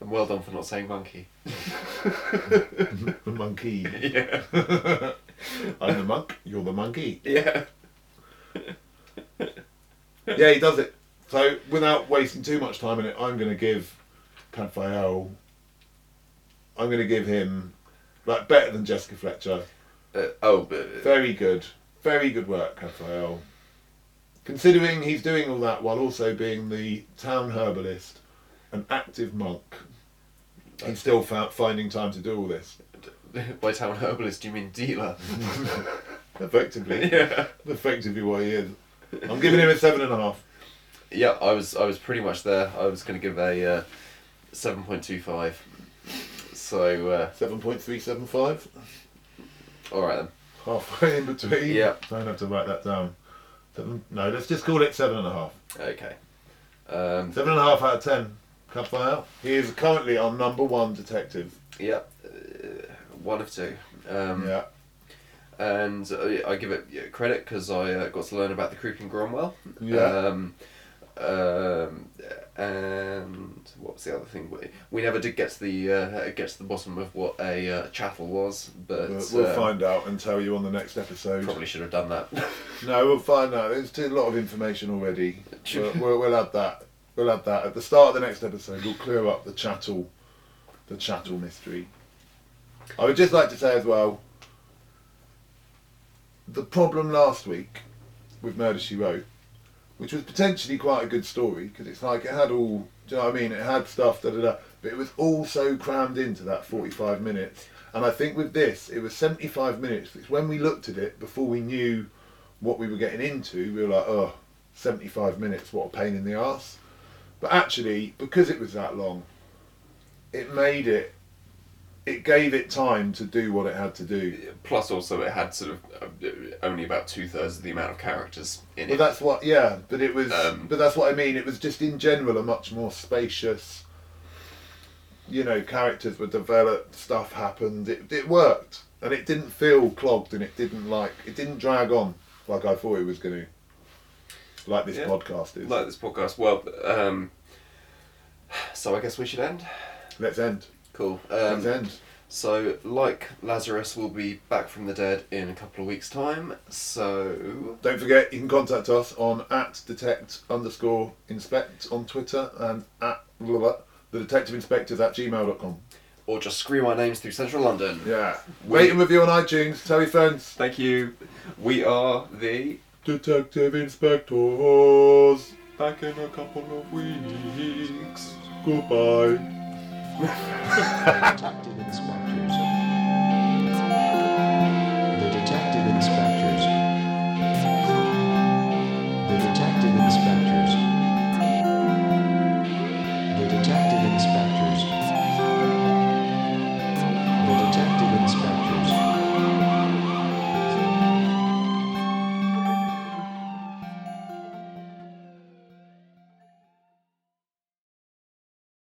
D: And well done for not saying monkey.
C: the monkey.
D: Yeah.
C: I'm the monk. You're the monkey.
D: Yeah.
C: Yeah, he does it. So without wasting too much time in it, I'm going to give Padfael. I'm going to give him like better than Jessica Fletcher.
D: Uh, oh, but,
C: Very good, very good work, Padfael. Considering he's doing all that while also being the town herbalist, an active monk, he's still fa- finding time to do all this
D: uh, by town herbalist, do you mean dealer?
C: effectively.
D: yeah.
C: Effectively, what he is. I'm giving him a seven and a half.
D: Yeah, I was I was pretty much there. I was going to give a uh, seven point two five. So uh,
C: Seven point three seven five.
D: all right then.
C: halfway in between.
D: Yeah.
C: Don't have to write that down. Seven, no, let's just call it seven and a half.
D: Okay. Um,
C: Seven and a half out of ten. Cut fire. He is currently our number one detective.
D: yeah, uh, one of two. Um,
C: Yeah.
D: And uh, I, I give it yeah, credit because I uh, got to learn about the creeping Cromwell.
C: Yeah.
D: Um, um, and what was the other thing? We, we never did get to the uh, get to the bottom of what a uh, chattel was, but
C: We'll, we'll
D: um,
C: find out and tell you on the next episode.
D: Probably should have done that.
C: No, we'll find out. There's too- a lot of information already. we'll, we'll, we'll add that. We'll add that at the start of the next episode. We'll clear up the chattel, the chattel mystery. I would just like to say as well. The problem last week with Murder She Wrote, which was potentially quite a good story because it's like it had all. Do you know what I mean? It had stuff da da da, but it was all so crammed into that forty-five minutes. And I think with this, it was seventy-five minutes. It's when we looked at it before we knew what we were getting into, we were like, oh, 75 minutes, what a pain in the arse. But actually, because it was that long, it made it, it gave it time to do what it had to do.
D: Plus, also, it had sort of uh, only about two thirds of the amount of characters in
C: But
D: it.
C: that's what, yeah, but it was,
D: Um,
C: but that's what I mean. It was just in general a much more spacious, you know, characters were developed, stuff happened, it, it worked. And it didn't feel clogged and it didn't like, it didn't drag on like I thought it was going to, like this
D: Yeah.
C: podcast is.
D: like this podcast. Well, um, so I guess we should end.
C: Let's end.
D: Cool.
C: Let's
D: Um,
C: end.
D: so, like Lazarus, will be back from the dead in a couple of weeks' time. So,
C: Don't forget, you can contact us on at detect underscore inspect on Twitter and at blah, blah, the detective inspectors at gmail.com.
D: or just scream our names through central London.
C: Yeah.
D: We-
C: Rate and review on iTunes. Tell your friends.
D: Thank you. We are the.
C: Detective inspectors. Back in a couple of weeks. Goodbye.
A: Detective